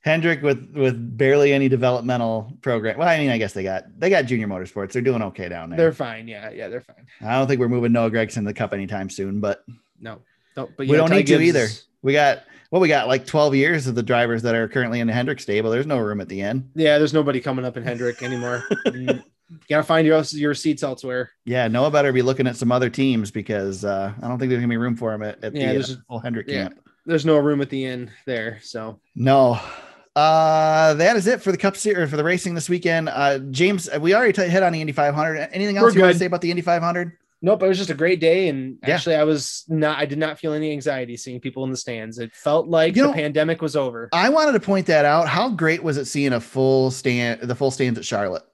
S3: Hendrick with with barely any developmental program. Well, I mean, I guess they got they got junior motorsports. They're doing okay down there.
S4: They're fine. Yeah, yeah, they're fine.
S3: I don't think we're moving Noah Gregson to the cup anytime soon, but
S4: No. No, but
S3: we
S4: yeah,
S3: don't
S4: Ty
S3: need to
S4: Gibbs
S3: either.
S4: is-
S3: We got well, we got like 12 years of the drivers that are currently in the Hendrick stable. There's no room at the end.
S4: yeah, there's nobody coming up in
S3: <laughs>
S4: Hendrick anymore. you gotta find your your seats elsewhere.
S3: Yeah, Noah better be looking at some other teams because uh, I don't think there's gonna be room for him at, at
S4: Yeah,
S3: the
S4: there's-
S3: uh, full Hendrick
S4: yeah.
S3: camp.
S4: There's no room at the end there. So
S3: No. Uh, that is it for the Cup Series for the racing this weekend. Uh, James, we already t- hit on the Indy 500. Anything
S4: We're
S3: else you want to
S4: good.
S3: say about the Indy 500?
S4: nope, it was just a great day. And
S3: Yeah.
S4: actually I was not I did not feel any anxiety seeing people in the stands. It felt like
S3: You
S4: the
S3: know-
S4: pandemic was over.
S3: I wanted to point that out. How great was it seeing a full stand, the full stands at Charlotte?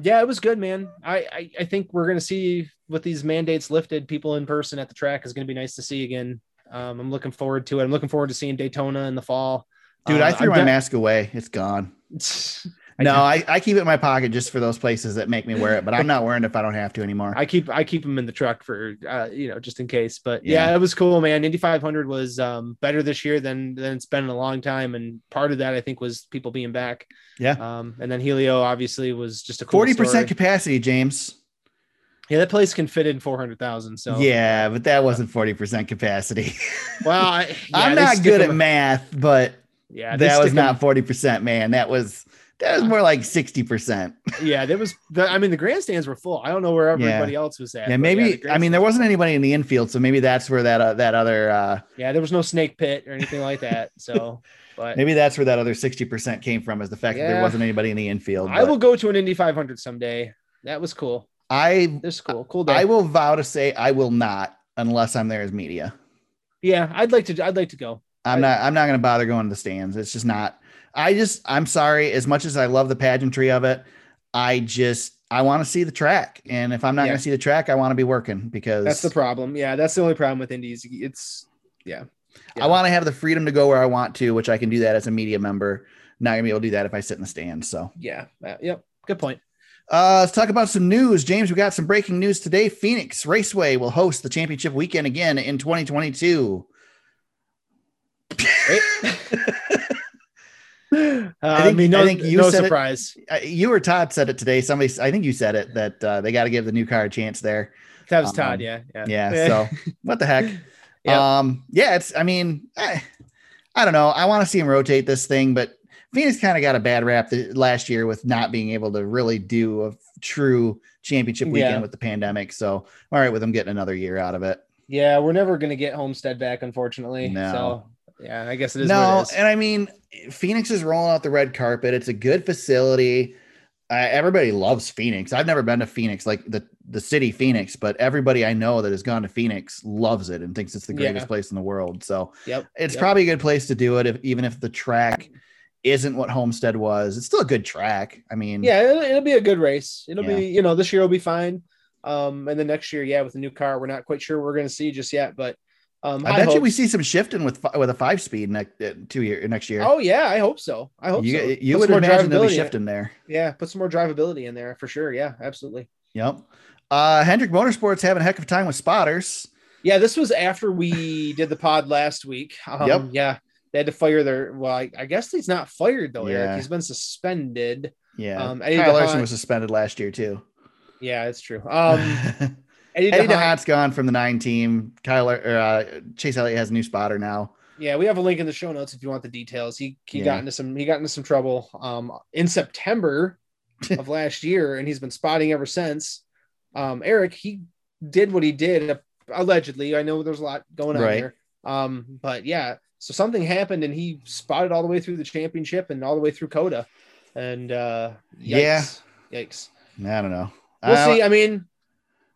S4: Yeah, it was good, man. I, I I think we're gonna see with these mandates lifted, people in person at the track is gonna be nice to see again. Um, I'm looking forward to it. I'm looking forward to seeing Daytona in the fall. <laughs>
S3: Dude,
S4: Uh,
S3: I threw
S4: I'm
S3: my
S4: de-
S3: mask away. It's gone.
S4: I
S3: no,
S4: keep-
S3: I, I keep it in my pocket just for those places that make me wear it, but I'm not wearing it if I don't have to anymore.
S4: I keep I keep them in the truck for uh, you know just in case. But
S3: Yeah.
S4: yeah, it was cool, man. Indy 500 was um, better this year than than it's been in a long time, and part of that I think was people being back.
S3: Yeah.
S4: Um, and then Helio obviously was just a cool
S3: 40%
S4: story.
S3: capacity, James.
S4: yeah, that place can fit in 400,000. So
S3: yeah, but that wasn't 40% capacity. <laughs>
S4: Well, I, yeah,
S3: I'm
S4: they
S3: not
S4: stick
S3: good
S4: 'em-
S3: at math, but
S4: Yeah, they
S3: that was
S4: stick 'em-
S3: not 40%, man. That was that was more like 60%.
S4: yeah, there was. The, I mean, the grandstands were full. I don't know where everybody else was at.
S3: Yeah,
S4: but
S3: maybe
S4: the
S3: I mean there wasn't anybody in the infield, so maybe that's where that uh, that other uh
S4: grandstands- yeah, there was no snake pit or anything like that. <laughs> So, but
S3: Maybe that's where that other 60% came from is the fact that there
S4: Yeah.
S3: wasn't anybody in the infield.
S4: I
S3: but
S4: will go to an Indy 500 someday. That was cool. <laughs>
S3: I
S4: This is cool. Cool day.
S3: I will vow to say I will not unless I'm there as media.
S4: yeah, I'd like to. I'd like to go.
S3: I'm
S4: I-
S3: not I'm not gonna bother going to the stands. It's just not I just I'm sorry, as much as I love the pageantry of it, I just I want to see the track. And if I'm not
S4: Yeah.
S3: gonna see the track, I want to be working because
S4: That's the problem. Yeah, that's the only problem with Indies. It's yeah.
S3: I want to have the freedom to go where I want to, which I can do that as a media member. Not gonna be able to do that if I sit in the stands. So
S4: yeah. uh, yep. Good
S3: <sighs>
S4: point.
S3: Uh, let's talk about some news, James. We got some breaking news today. Phoenix Raceway will host the championship weekend again in 2022.
S4: Right? Uh, I,
S3: think-
S4: mean, no,
S3: I think you
S4: no
S3: said it-
S4: surprise.
S3: Uh, you or Todd said it today. Somebody, I think you said it that uh, they got to give the new car a chance there.
S4: That was
S3: Um,
S4: Todd. Yeah. Yeah. <laughs>
S3: Yeah. So what the heck?
S4: Eh. Yep.
S3: Um, yeah. It's. I mean, eh, I don't know. I want to see him rotate this thing, but Phoenix kind of got a bad rap th- last year with not being able to really do a true championship weekend
S4: Yeah.
S3: with the pandemic. So I'm all right with them getting another year out of it.
S4: Yeah, we're never gonna get Homestead back, unfortunately.
S3: No.
S4: So yeah, I guess it is.
S3: no,
S4: what it is.
S3: and I mean, Phoenix is rolling out the red carpet. It's a good facility. Uh, everybody loves Phoenix. I've never been to Phoenix, like the the city Phoenix, but everybody I know that has gone to Phoenix loves it and thinks it's the
S4: Yeah.
S3: greatest place in the world. So
S4: Yep.
S3: it's
S4: Yep.
S3: probably a good place to do it, if, even if the track isn't what Homestead was. It's still a good track. I mean,
S4: yeah, it'll, it'll be a good race. It'll
S3: Yeah.
S4: be, you know, this year will be fine. Um, and then next year, yeah, with the new car, we're not quite sure we're gonna see just yet, but um,
S3: I bet you
S4: hope-
S3: we see some shifting with fi- with a five speed next uh, two year next year.
S4: Oh yeah, I hope so. I hope
S3: you
S4: so.
S3: you
S4: Put
S3: would
S4: some more
S3: imagine they'll be
S4: drivability in-
S3: shifting there.
S4: Yeah, put some more drivability in there for sure. Yeah, absolutely.
S3: Yep. Uh, Hendrick Motorsports having a heck of a time with spotters.
S4: Yeah, this was after we did the pod last week. Um,
S3: Yep.
S4: Yeah, they had to fire their. Well, I, I guess he's not fired though.
S3: Yeah.
S4: Eric, he's been suspended.
S3: Yeah.
S4: Um, Eddie
S3: Kyle
S4: Dehaan-
S3: Larson was suspended last year too. <laughs>
S4: Yeah, it's true. Um, Eddie
S3: Eddie
S4: DeHaan.
S3: DeHaat's gone from the nine team. Kyler or, uh, Chase Elliott has a new spotter now.
S4: Yeah, we have a link in the show notes if you want the details. He he
S3: Yeah.
S4: got into some he got into some trouble um
S3: <laughs>
S4: in September of last year, and he's been spotting ever since. Um, Eric, he did what he did uh, allegedly. I know there's a lot going on
S3: Right.
S4: there. Um, but yeah, so something happened, and he spotted all the way through the championship and all the way through Coda, and uh, yikes. yeah, yikes.
S3: I don't know.
S4: We'll
S3: I-
S4: see. I mean,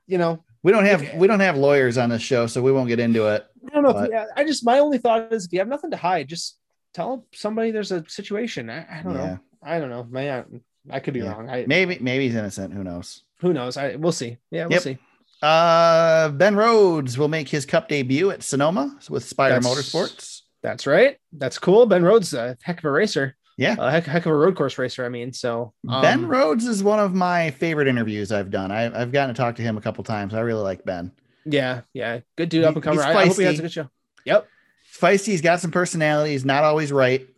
S4: you know,
S3: We don't have we don't have lawyers on this show, so we won't get into it.
S4: I don't know. If
S3: But-
S4: yeah, I just my only thought is if you have nothing to hide, just tell somebody there's a situation. I, I don't
S3: Yeah.
S4: know. I don't know, man. I could be
S3: Yeah.
S4: wrong. I,
S3: Maybe maybe he's innocent. Who knows?
S4: who knows? I we'll see. Yeah, we'll
S3: Yep.
S4: see.
S3: Uh, Ben Rhodes will make his Cup debut at Sonoma with Spire
S4: That's-
S3: Motorsports.
S4: That's right. That's cool. Ben Rhodes, a heck of a racer.
S3: Yeah.
S4: a heck, heck of a road course racer. I mean, so um,
S3: ben Rhodes is one of my favorite interviews I've done. I, I've gotten to talk to him a couple times. I really like Ben.
S4: Yeah, yeah, good dude,
S3: He-
S4: up and comer.
S3: he's
S4: I, I hope he has
S3: feisty.
S4: a good show. Yep.
S3: Feisty. He's got some personality. He's not always right,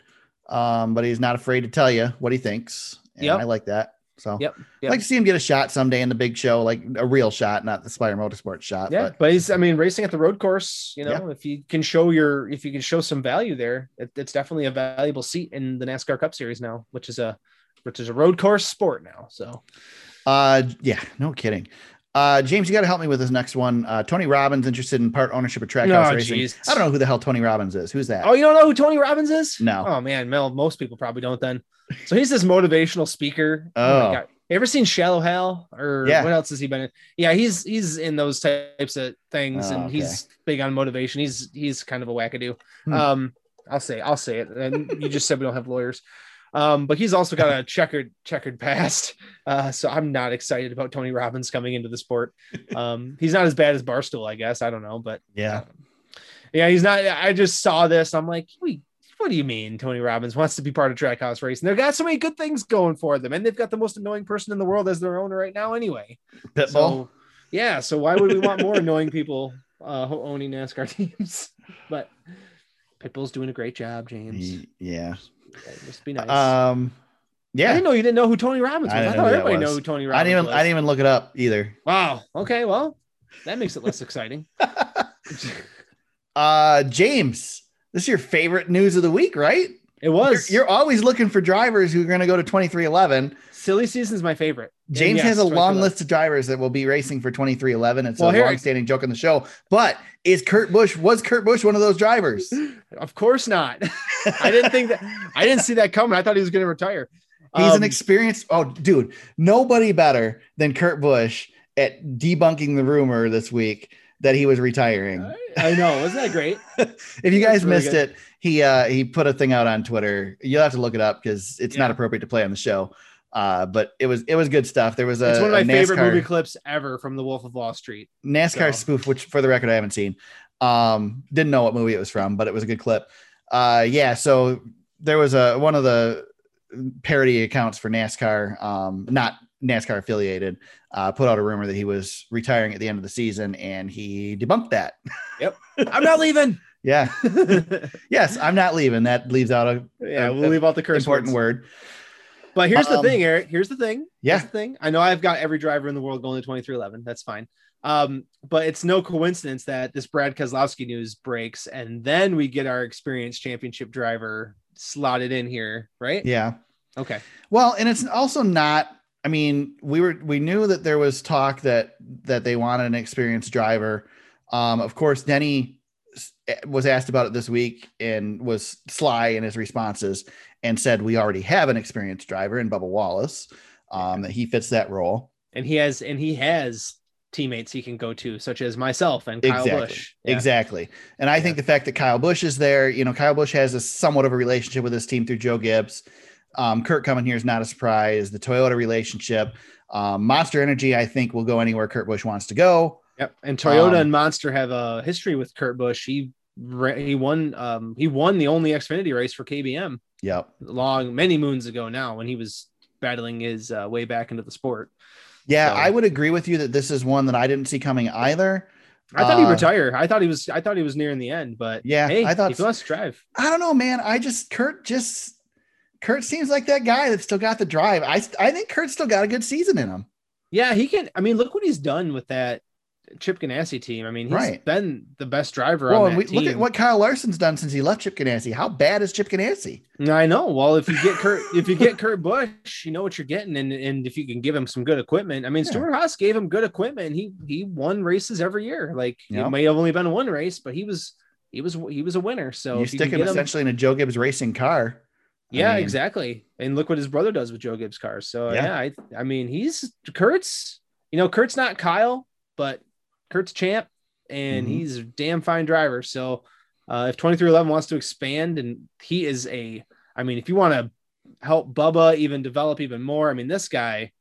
S3: um, but he's not afraid to tell you what he thinks. And
S4: Yep.
S3: I like that. So
S4: Yep,
S3: I'd like to see him get a shot someday in the big show, like a real shot, not the Spire Motorsports shot.
S4: Yeah,
S3: But
S4: but, he's I mean, racing at the road course. You know, if you can show your if you can show some value there, it, it's definitely a valuable seat in the NASCAR Cup Series now, which is a which is a road course sport now. So
S3: Uh, yeah, no kidding. Uh, James, you got to help me with this next one. Uh, Tony Robbins interested in part ownership of Trackhouse
S4: Oh,
S3: Racing.
S4: jeez.
S3: I don't know who the hell Tony Robbins is. Who's that?
S4: Oh, you don't know who Tony Robbins is?
S3: No.
S4: Oh man, Mel, most people probably don't then. So he's this motivational speaker.
S3: Oh.
S4: You ever seen Shallow Hal or
S3: Yeah.
S4: what else has he been in? Yeah, he's he's in those types of things
S3: Oh,
S4: and he's big on motivation. He's he's kind of a wackadoo.
S3: Hmm.
S4: Um I'll say I'll say it. And you just said we don't have lawyers. Um, but he's also got a checkered checkered past. Uh, so I'm not excited about Tony Robbins coming into the sport. Um, he's not as bad as Barstool, I guess. I don't know, but
S3: yeah.
S4: yeah, he's not. I just saw this. I'm like, we. What do you mean Tony Robbins wants to be part of Trackhouse Racing? They've got so many good things going for them, and they've got the most annoying person in the world as their owner right now, anyway.
S3: Pitbull.
S4: So, yeah. So why would we want more annoying people uh, who- owning NASCAR <laughs> teams? But Pitbull's doing a great job, James.
S3: Y- yeah.
S4: Yeah, just be nice.
S3: Um,
S4: I
S3: yeah.
S4: didn't know you didn't know who Tony Robbins was.
S3: I
S4: I,
S3: didn't know
S4: thought
S3: who that
S4: everybody
S3: was.
S4: knew who Tony Robbins
S3: I didn't even,
S4: was.
S3: I didn't even look it up either.
S4: Wow. Okay. Well, that makes it less <laughs> exciting.
S3: Uh, James, this is your favorite news of the week, right?
S4: It
S3: You're,
S4: was
S3: you're always looking for drivers who are going to go to 2311.
S4: silly season's my favorite. And
S3: James
S4: yes,
S3: has a
S4: Tony
S3: long
S4: Robbins.
S3: list of drivers that will be racing for 2311. It's
S4: Well,
S3: a
S4: here-
S3: long-standing joke on the show. But is Kurt Busch was Kurt Busch one of those drivers? He's
S4: Of course not. <laughs> I didn't think that. I didn't see that coming. I thought he was going to retire.
S3: an
S4: Um,
S3: experienced. Oh, dude, nobody better than Kurt Busch at debunking the rumor this week that he was retiring.
S4: I I know. Wasn't that great?
S3: if you
S4: that's
S3: guys
S4: really
S3: missed
S4: good.
S3: it, he uh, he put a thing out on Twitter. You'll have to look it up because it's not
S4: Yeah.
S3: appropriate to play on the show. Uh, but it was it was good stuff. There was a,
S4: it's one of
S3: a
S4: my favorite
S3: NASCAR
S4: movie clips ever from The Wolf of Wall Street.
S3: NASCAR
S4: So-
S3: spoof, which for the record I haven't seen. Um, didn't know what movie it was from, but it was a good clip. Uh, yeah, so there was a one of the parody accounts for NASCAR, um, not NASCAR affiliated, uh, put out a rumor that he was retiring at the end of the season, and he debunked that.
S4: I'm not leaving. <laughs>
S3: Yeah,
S4: yeah,
S3: yes, I'm not leaving. That leaves out a
S4: we'll leave out the curse
S3: important
S4: words.
S3: word.
S4: But here's the
S3: Um,
S4: thing, Eric. Here's the thing. Here's
S3: Yeah,
S4: the thing. I know I've got every driver in the world going to 2311. That's fine. Um, but it's no coincidence that this Brad Keselowski news breaks, and then we get our experienced championship driver slotted in here, right?
S3: yeah.
S4: Okay.
S3: Well, and it's also not. I mean, we were we knew that there was talk that that they wanted an experienced driver. Um, of course, Denny s- eh, was asked about it this week and was sly in his responses and said we already have an experienced driver in Bubba Wallace. Um, that he fits that role.
S4: and he has and he has teammates he can go to, such as myself and Kyle
S3: Exactly.
S4: Bush. Yeah.
S3: Exactly. And I think the fact that Kyle Bush is there, you know, Kyle Bush has a somewhat of a relationship with his team through Joe Gibbs. Um, Kurt coming here is not a surprise. The Toyota relationship, um, Monster Energy, I think will go anywhere Kurt Bush wants to go.
S4: Yep. And Toyota
S3: Um,
S4: and Monster have a history with Kurt Busch. He ra- he won um he won the only Xfinity race for KBM
S3: Yep.
S4: long many moons ago now when he was battling his uh, way back into the sport.
S3: Yeah,
S4: So-
S3: I would agree with you that this is one that I didn't see coming either.
S4: I thought he
S3: Uh,
S4: retired. I thought he was I thought he was nearing the end, but
S3: Yeah,
S4: hey,
S3: I thought
S4: if he wants to drive.
S3: I don't know, man. I just Kurt just Kurt seems like that guy that's still got the drive. I I think Kurt's still got a good season in him.
S4: Yeah, he can I mean look what he's done with that Chip Ganassi team. I mean, he's
S3: Right.
S4: been the best driver
S3: Well,
S4: on
S3: and
S4: that
S3: we,
S4: team.
S3: look at what Kyle Larson's done since he left Chip Ganassi. How bad is Chip Ganassi?
S4: I know. Well, if you get Kurt, if you get Kurt Busch, you know what you're getting, and and if you can give him some good equipment, I mean,
S3: Yeah.
S4: Stuart Haas gave him good equipment. And he he won races every year. Like
S3: Yeah.
S4: it may have only been one race, but he was he was he was a winner. So
S3: you
S4: if
S3: stick
S4: can
S3: him
S4: get
S3: essentially in a Joe Gibbs racing car. I
S4: yeah,
S3: mean-
S4: exactly. And look what his brother does with Joe Gibbs cars. So
S3: Yeah.
S4: yeah, I I mean, he's Kurt's. You know, Kurt's not Kyle, but Kurt's champ, and
S3: Mhm.
S4: he's a damn fine driver. So uh, if 2311 wants to expand, and he is a, I mean, if you want to help Bubba even develop even more, I mean, this guy,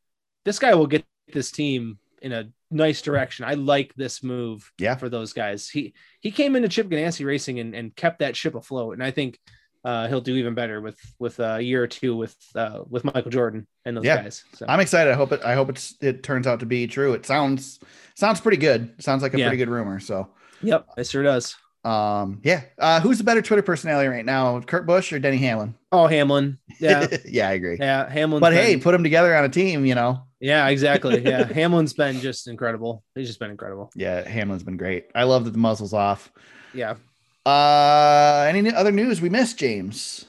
S4: this guy will get this team in a nice direction. I like this move.
S3: Yeah.
S4: for those guys, he he came into Chip Ganassi Racing and, and kept that ship afloat, and I think uh, he'll do even better with with a year or two with uh, with Michael Jordan and those
S3: Yeah.
S4: guys. So.
S3: I'm excited. I hope it. I hope it's it turns out to be true. It sounds sounds pretty good. Sounds like a
S4: Yeah.
S3: pretty good rumor. So,
S4: Yep, it sure does.
S3: um, yeah. Uh, who's the better Twitter personality right now, Kurt Busch or Denny Hamlin?
S4: Oh, Hamlin. Yeah,
S3: <laughs> yeah, I agree.
S4: yeah, Hamlin.
S3: But hey, put them together on a team. You know,
S4: yeah, exactly. Yeah, Hamlin's been just incredible. He's just been incredible.
S3: yeah, Hamlin's been great. I love that the muzzle's off.
S4: Yeah.
S3: Uh, any other news we missed, James?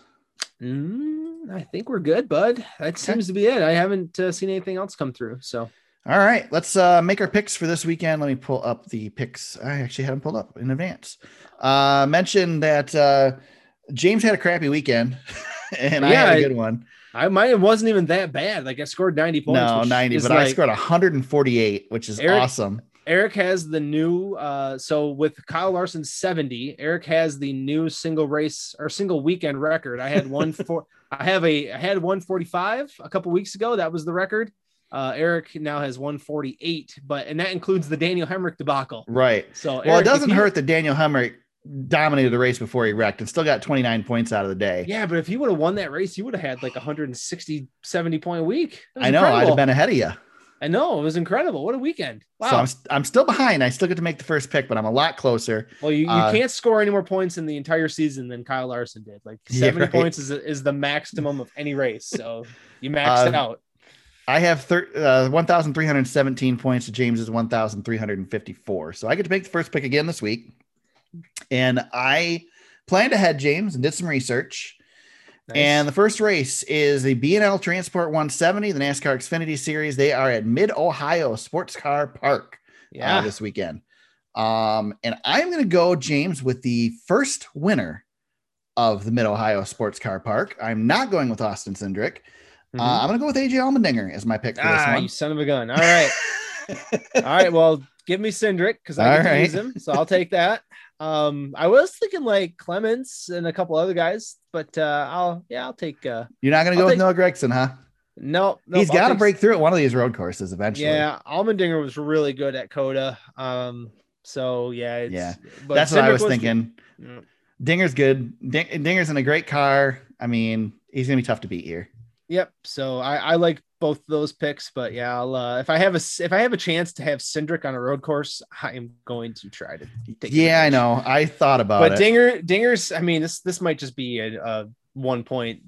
S4: Mm, I think we're good, bud. That seems to be it. I haven't uh, seen anything else come through. So
S3: All right, let's uh, make our picks for this weekend. Let me pull up the picks. I actually had them pulled up in advance. Uh, mentioned that uh, James had a crappy weekend, <laughs> and I
S4: Yeah,
S3: had a
S4: I-
S3: good one.
S4: I might it wasn't even that bad. Like I scored 90 points.
S3: no,
S4: which
S3: ninety,
S4: is
S3: but I
S4: like-
S3: scored hundred and forty-eight, which is
S4: Eric-
S3: awesome.
S4: Eric has the new uh so with Kyle Larson 70, Eric has the new single race or single weekend record. I
S3: <laughs>
S4: had one for I have a I had 145 a couple weeks ago. That was the record. Uh Eric now has 148, but and that includes the Daniel Hemrick debacle.
S3: Right.
S4: So
S3: Well,
S4: Eric,
S3: it
S4: if
S3: doesn't
S4: you-
S3: hurt that Daniel Hemrick dominated the race before he wrecked, and still got twenty-nine points out of the day.
S4: Yeah, but if you would have won that race, you would have had like 160, 70 point week. It was
S3: I know. I'd
S4: incredible.
S3: have been ahead of you.
S4: I know. It was incredible. What a weekend. Wow.
S3: So I'm, I'm still behind. I still get to make the first pick, but I'm a lot closer.
S4: Well, you, you
S3: Uh,
S4: can't score any more points in the entire season than Kyle Larson did. Like
S3: Yeah,
S4: 70
S3: right.
S4: points is, is the maximum of any race. So you maxed
S3: Um,
S4: it out.
S3: I have thir- uh, 1,317 points to James's 1,354. So I get to make the first pick again this week. And I planned ahead, James, and did some research.
S4: Nice.
S3: And the first race is the B&L Transport 170, the NASCAR Xfinity Series. They are at Mid Ohio Sports Car Park uh,
S4: yeah,
S3: this weekend. Um, and I'm going to go, James, with the first winner of the Mid Ohio Sports Car Park. I'm not going with Austin Sindrick.
S4: Mhm.
S3: Uh, I'm going to go with AJ Allmendinger as my pick for this
S4: ah,
S3: one.
S4: you son of a gun.
S3: <laughs>
S4: All right. All right. Well, give me Cindric because I
S3: All
S4: can
S3: right.
S4: use him. So I'll take that. Um, I was thinking like Clements and a couple other guys, but uh, I'll, yeah, I'll take, uh,
S3: You're not going to go
S4: I'll
S3: with
S4: take-
S3: Noah Gregson, huh?
S4: no, no
S3: He's
S4: I'll
S3: got to
S4: take
S3: break through at one of these road courses eventually.
S4: Yeah, Almendinger was really good at Coda. Um, so yeah, it's,
S3: Yeah,
S4: but
S3: that's what I
S4: Cindric
S3: was, thinking.
S4: Mm.
S3: Dinger's good. Ding- Dinger's in a great car. I mean, he's going to be tough to beat here.
S4: Yep. So I, I like both of those picks, but yeah, I'll, uh, if I have a s- if I have a chance to have Cindric on a road course, I am going to try to. take
S3: Yeah, I
S4: advantage.
S3: know. I thought about
S4: But
S3: it.
S4: Dinger, Dinger's. I mean, this this might just be a, a one point.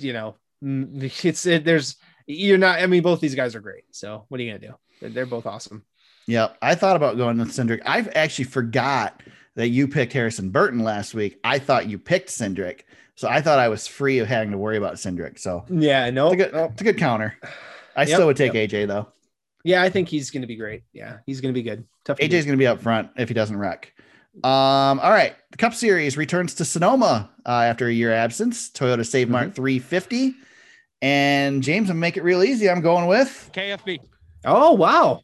S4: You know, mm, <laughs> it's it, there's you're not. I mean, both these guys are great. So what are you gonna do? They're, they're both awesome.
S3: Yep. I thought about going with Cindric. I've actually forgot that you picked Harrison Burton last week. I thought you picked Cindric. So I thought I was free of having to worry about Cindric. So
S4: Yeah. No.
S3: it's, a good, oh. it's a good counter. I
S4: <sighs> Yep,
S3: still would take AJ though.
S4: Yeah, I think he's gonna be great. Yeah, he's gonna be good. Tough. to
S3: AJ's
S4: beat.
S3: going to be up front if he doesn't wreck. Um, all right. The Cup Series returns to Sonoma uh, after a year absence. Toyota Save Mart
S4: Mm-hmm.
S3: 350. And James, I'm gonna make it real easy. I'm going with.
S1: KFB.
S4: Oh wow.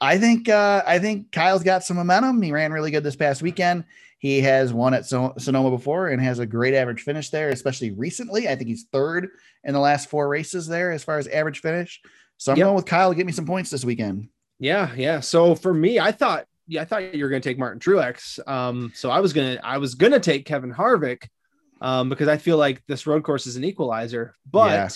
S3: I think uh, I think Kyle's got some momentum. He ran really good this past weekend. He has won at Son- Sonoma before and has a great average finish there, especially recently. I think he's third in the last four races there as far as average finish. So I'm
S4: Yep.
S3: going with Kyle to get me some points this weekend.
S4: Yeah, yeah. So for me, I thought yeah, I thought you were gonna take Martin Truex. Um, so I was gonna I was gonna take Kevin Harvick, um, because I feel like this road course is an equalizer. But
S3: Yeah.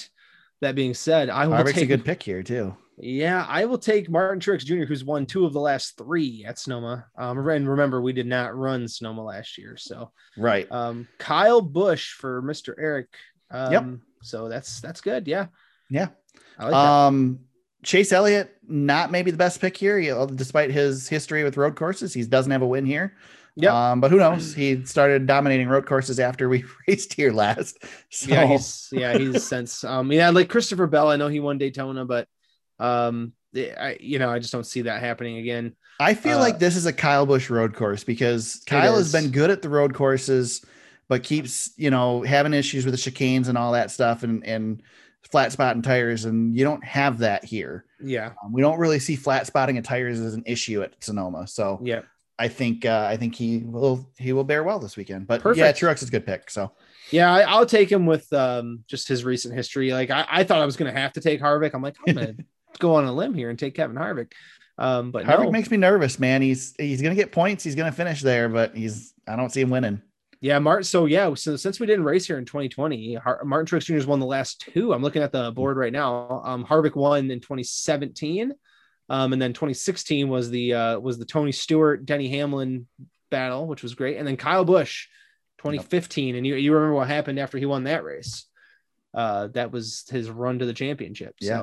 S4: that being said, I will
S3: Harvick's
S4: take
S3: a good pick here too.
S4: yeah, I will take Martin Truex Jr., who's won two of the last three at Sonoma. Um, and remember, we did not run Sonoma last year, so
S3: Right.
S4: um, Kyle Bush for Mr. Eric. Um,
S3: Yep.
S4: So that's that's good. Yeah,
S3: Yeah.
S4: I like that.
S3: um Chase Elliott, not maybe the best pick here, you know, despite his history with road courses. He doesn't have a win here.
S4: Yep.
S3: Um, but who knows? He started dominating road courses after we <laughs> raced here last. So,
S4: Yeah, he's yeah, he's since um yeah, like Christopher Bell, I know he won Daytona, but um I you know, I just don't see that happening again.
S3: I feel
S4: uh,
S3: like this is a Kyle Bush road course because Kyle
S4: is.
S3: has been good at the road courses, but keeps, you know, having issues with the chicanes and all that stuff and, and flat spot and tires. And you don't have that here.
S4: Yeah.
S3: Um, we don't really see flat spotting of tires as an issue at Sonoma. So
S4: Yeah.
S3: I think uh, I think he will he will bear well this weekend. But yeah,
S4: Perfect.
S3: Truex is a good pick. So
S4: Yeah, I, I'll take him with um just his recent history. Like I, I thought I was gonna have to take Harvick. I'm like,
S3: <laughs>
S4: I'm gonna go on a limb here and take Kevin Harvick. Um but
S3: Harvick
S4: no.
S3: makes me nervous, man. He's he's gonna get points. He's gonna finish there, but he's I don't see him winning.
S4: yeah, Martin. So yeah, so since we didn't race here in 2020, Har- Martin Truex Jr. has won the last two. I'm looking at
S3: Hmm.
S4: the board right now. Um Harvick won in 2017. Um, and then 2016 was the uh, was the Tony Stewart Denny Hamlin battle, which was great. And then Kyle Bush, 2015, and you, you remember what happened after he won that race? Uh, that was his run to the championship.
S3: Yeah.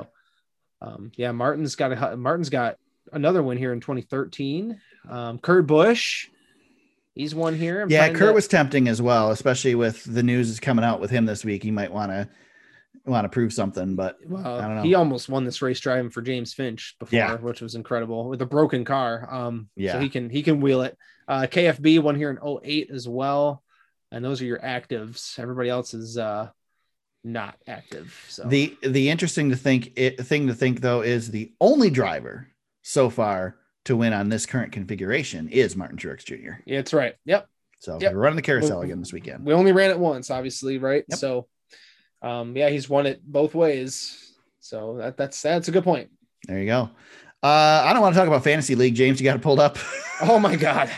S4: So, um, yeah, Martin's got a Martin's got another win here in 2013. Um, Kurt Bush, he's won here. I'm
S3: yeah,
S4: trying
S3: Kurt
S4: to-
S3: was tempting as well, especially with the news is coming out with him this week. He might want to want to prove something, but I don't
S4: Well,
S3: know.
S4: he almost won this race driving for James Finch before,
S3: Yeah.
S4: which was incredible with a broken car. Um, so
S3: Yeah.
S4: he can he can wheel it. Uh, KFB won here in 08 as well, and those are your actives. Everybody else is uh not active. So
S3: the the interesting to think it, thing to think though is the only driver so far to win on this current configuration is Martin Truex Jr.
S4: yeah, that's right. Yep,
S3: So
S4: Yep.
S3: we're running the carousel
S4: Well,
S3: again this weekend.
S4: we only ran it once, obviously, right?
S3: Yep.
S4: So, um, yeah, he's won it both ways. So that that's that's a good point.
S3: There you go. Uh, I don't want to talk about fantasy league, James. You got it pulled up.
S4: Oh my
S3: <laughs>
S4: god,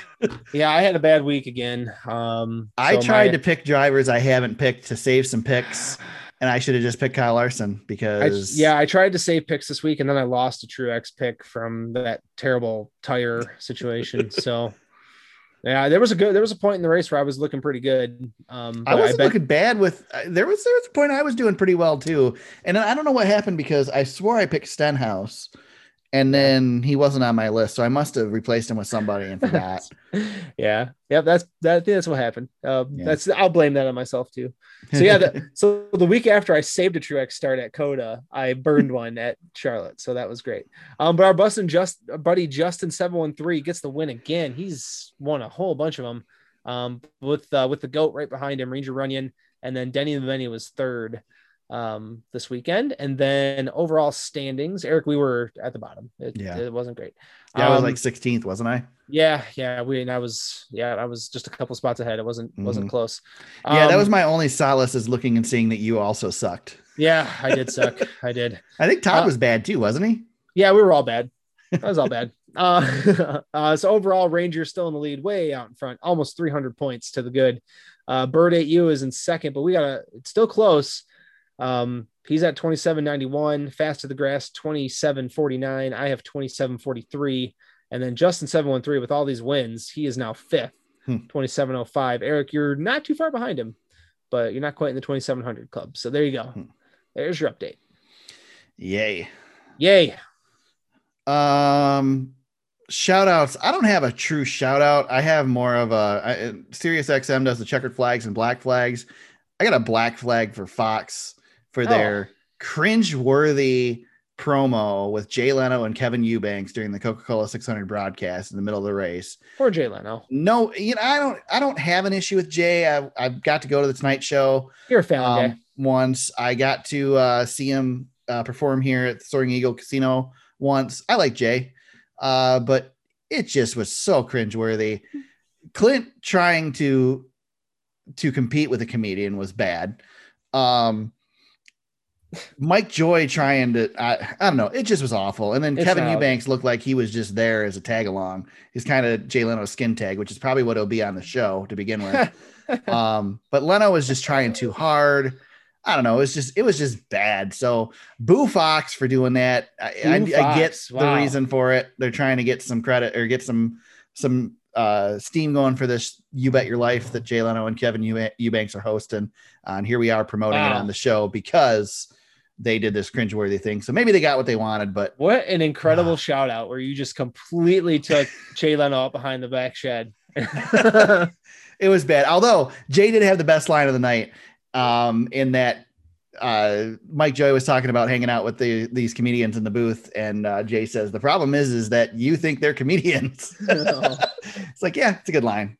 S4: yeah, I had a bad week again. Um,
S3: I
S4: so
S3: tried
S4: my-
S3: to pick drivers I haven't picked to save some picks, and I should have just picked Kyle Larson
S4: I,
S3: because
S4: yeah, I tried to save picks this week, and then I lost a true X pick from that terrible
S3: <laughs>
S4: tire situation. so, yeah, there was a good, there was a point in the race where I was looking pretty good. Um,
S3: I
S4: but
S3: wasn't
S4: bet-
S3: looking bad with. I- There was there was a point I was doing pretty well too, and then I don't know what happened because I swore I picked Stenhouse, and then he wasn't on my list, so I must have replaced him with somebody and forgot.
S4: yeah, yeah, that's that. I think that's what happened. Uh,
S3: Yeah.
S4: That's I'll blame that on myself too. <laughs> So yeah, the, so the week after I saved a Truex start at Coda, I burned one at Charlotte, so that was great. Um, but our bus and just our buddy Justin seven one three gets the win again. He's won a whole bunch of them. Um, with uh, with the goat right behind him, Ranger Runyon, and then Denny the Many was third um this weekend and then overall standings eric we were at the bottom it,
S3: Yeah.
S4: it wasn't great
S3: <laughs> yeah, I was
S4: Um,
S3: like 16th, wasn't I?
S4: yeah, yeah, we and I was yeah, I was just a couple spots ahead. It wasn't wasn't close.
S3: Mm-hmm. Yeah, that
S4: Um,
S3: was my only solace is looking and seeing that you also sucked.
S4: yeah, I did suck. I did.
S3: I think Todd
S4: Uh,
S3: was bad too, wasn't he?
S4: Yeah, we were all bad. That was all bad. Uh, <laughs> uh, so overall, Rangers still in the lead, way out in front, almost 300 points to the good. Uh, Bird 8U is in second, but we got to, it's still close. Um, he's at 27.91, fast to the grass, 27.49. I have 27.43. And then Justin 713 with all these wins, he is now fifth,
S3: Hmm.
S4: 27.05. Eric, you're not too far behind him, but you're not quite in the 2700 club. So there you go.
S3: Hmm.
S4: There's your update.
S3: Yay.
S4: Yay.
S3: Um, shout outs. I don't have a true shout out. I have more of a I, uh, Sirius XM does the checkered flags and black flags. I got a black flag for Fox for
S4: Oh.
S3: their cringe worthy promo with Jay Leno and Kevin Eubanks during the Coca Cola 600 broadcast in the middle of the race.
S4: Poor Jay Leno.
S3: No, you know, I don't, I don't have an issue with Jay. I, I've got to go to the Tonight Show
S4: You're a fan guy.
S3: um, once. I got to uh, see him uh, perform here at the Soaring Eagle Casino once. I like Jay, uh, but it just was so cringeworthy. Clint trying to to compete with a comedian was bad. Um, Mike Joy trying to I, I don't know it just was awful. And then
S4: It's
S3: Kevin
S4: not-
S3: Eubanks looked like he was just there as a tag along. He's kind of Jay Leno's skin tag, which is probably what he'll be on the show to begin
S4: <laughs>
S3: with um, but Leno was just trying too hard. I don't know. It was just it was just bad. So boo Fox for doing that. I, I,
S4: Boo
S3: I get
S4: Fox,
S3: the
S4: wow.
S3: reason for it. They're trying to get some credit or get some some uh, steam going for this. You bet your life that Jay Leno and Kevin Euba- Eubanks are hosting. Uh, and here we are promoting it
S4: Wow.
S3: on the show because they did this cringeworthy thing. So maybe they got what they wanted, but
S4: What an
S3: Ah.
S4: incredible shout out where you just
S3: <laughs>
S4: completely took Jay Leno out behind the back shed.
S3: it was bad. Although Jay did have the best line of the night, um, in that uh, Mike Joy was talking about hanging out with the these comedians in the booth, and uh, Jay says the problem is is that you think they're comedians. <laughs> it's like yeah, it's a good line.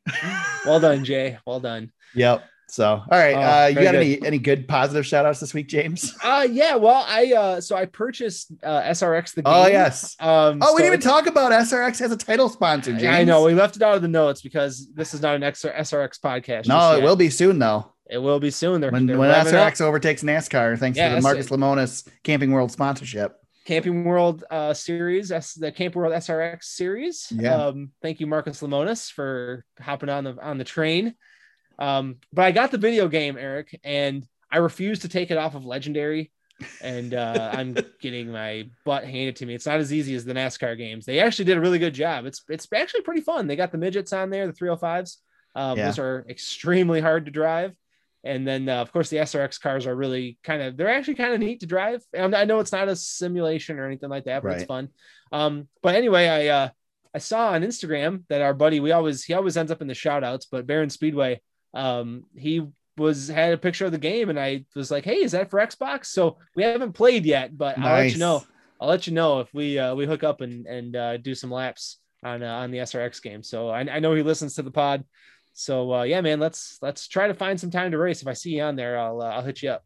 S4: well done, Jay. Well done.
S3: Yep. So all right,
S4: Oh,
S3: uh, you
S4: very
S3: got
S4: good.
S3: any any good positive shout outs this week,
S4: <laughs>
S3: James? <laughs>
S4: Uh yeah, well, I uh so I purchased uh SRX the game.
S3: Oh yes.
S4: Um
S3: Oh, we
S4: so
S3: didn't even talk about SRX as a title sponsor, James.
S4: I know we left it out of the notes because this is not an XR- SRX podcast.
S3: No,
S4: just
S3: it
S4: yet.
S3: will be soon though.
S4: It will be soon. They're,
S3: When
S4: they're
S3: when
S4: revving up.
S3: SRX overtakes NASCAR, thanks
S4: Yeah,
S3: to the
S4: that's
S3: Marcus
S4: it.
S3: Lemonis Camping World sponsorship.
S4: Camping World uh, series, that's the Camp World SRX series.
S3: Yeah.
S4: Um, thank you, Marcus Lemonis, for hopping on the on the train. Um, but I got the video game, Eric, and I refuse to take it off of Legendary. And uh,
S3: <laughs>
S4: I'm getting my butt handed to me. It's not as easy as the NASCAR games. They actually did a really good job. It's it's actually pretty fun. They got the midgets on there, the 305s. Um,
S3: Yeah.
S4: Those are extremely hard to drive. And then, uh, of course, the SRX cars are really kind of, they're actually kind of neat to drive. And I know it's not a simulation or anything like that, but it's
S3: Right.
S4: fun. Um, but anyway, I, uh, I saw on Instagram that our buddy, we always, he always ends up in the shout outs, but Baron Speedway, um, he was, had a picture of the game and I was like, Hey, is that for Xbox? So we haven't played yet, but I'll let you know. I'll let you know if we, uh, we hook up and, and, uh, do some laps on, uh, on the SRX game. So I, I know he listens to the pod. So uh, yeah, man, let's let's try to find some time to race. If I see you on there, I'll uh, I'll hit you up.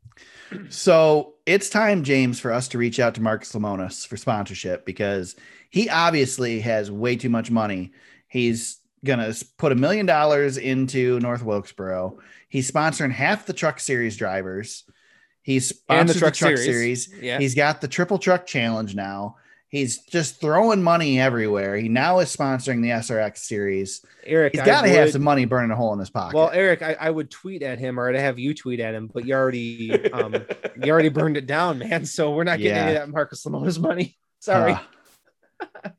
S3: So it's time, James, for us to reach out to Marcus Lemonis for sponsorship because he obviously has way too much money. He's gonna s- put a million dollars into North Wilkesboro. He's sponsoring half the Truck Series drivers. He's sponsored the Truck, series.
S4: Yeah.
S3: He's got the Triple Truck Challenge now. He's just throwing money everywhere. He now is sponsoring the SRX series.
S4: Eric,
S3: He's
S4: I
S3: got to have
S4: would-
S3: some money burning a hole in his pocket.
S4: Well, Eric, I, I would tweet at him or I'd have you tweet at him, but you already um you already burned it down, man. So we're not getting
S3: Yeah.
S4: any of that Marcus Lemona's money. <laughs> Sorry.
S3: Uh,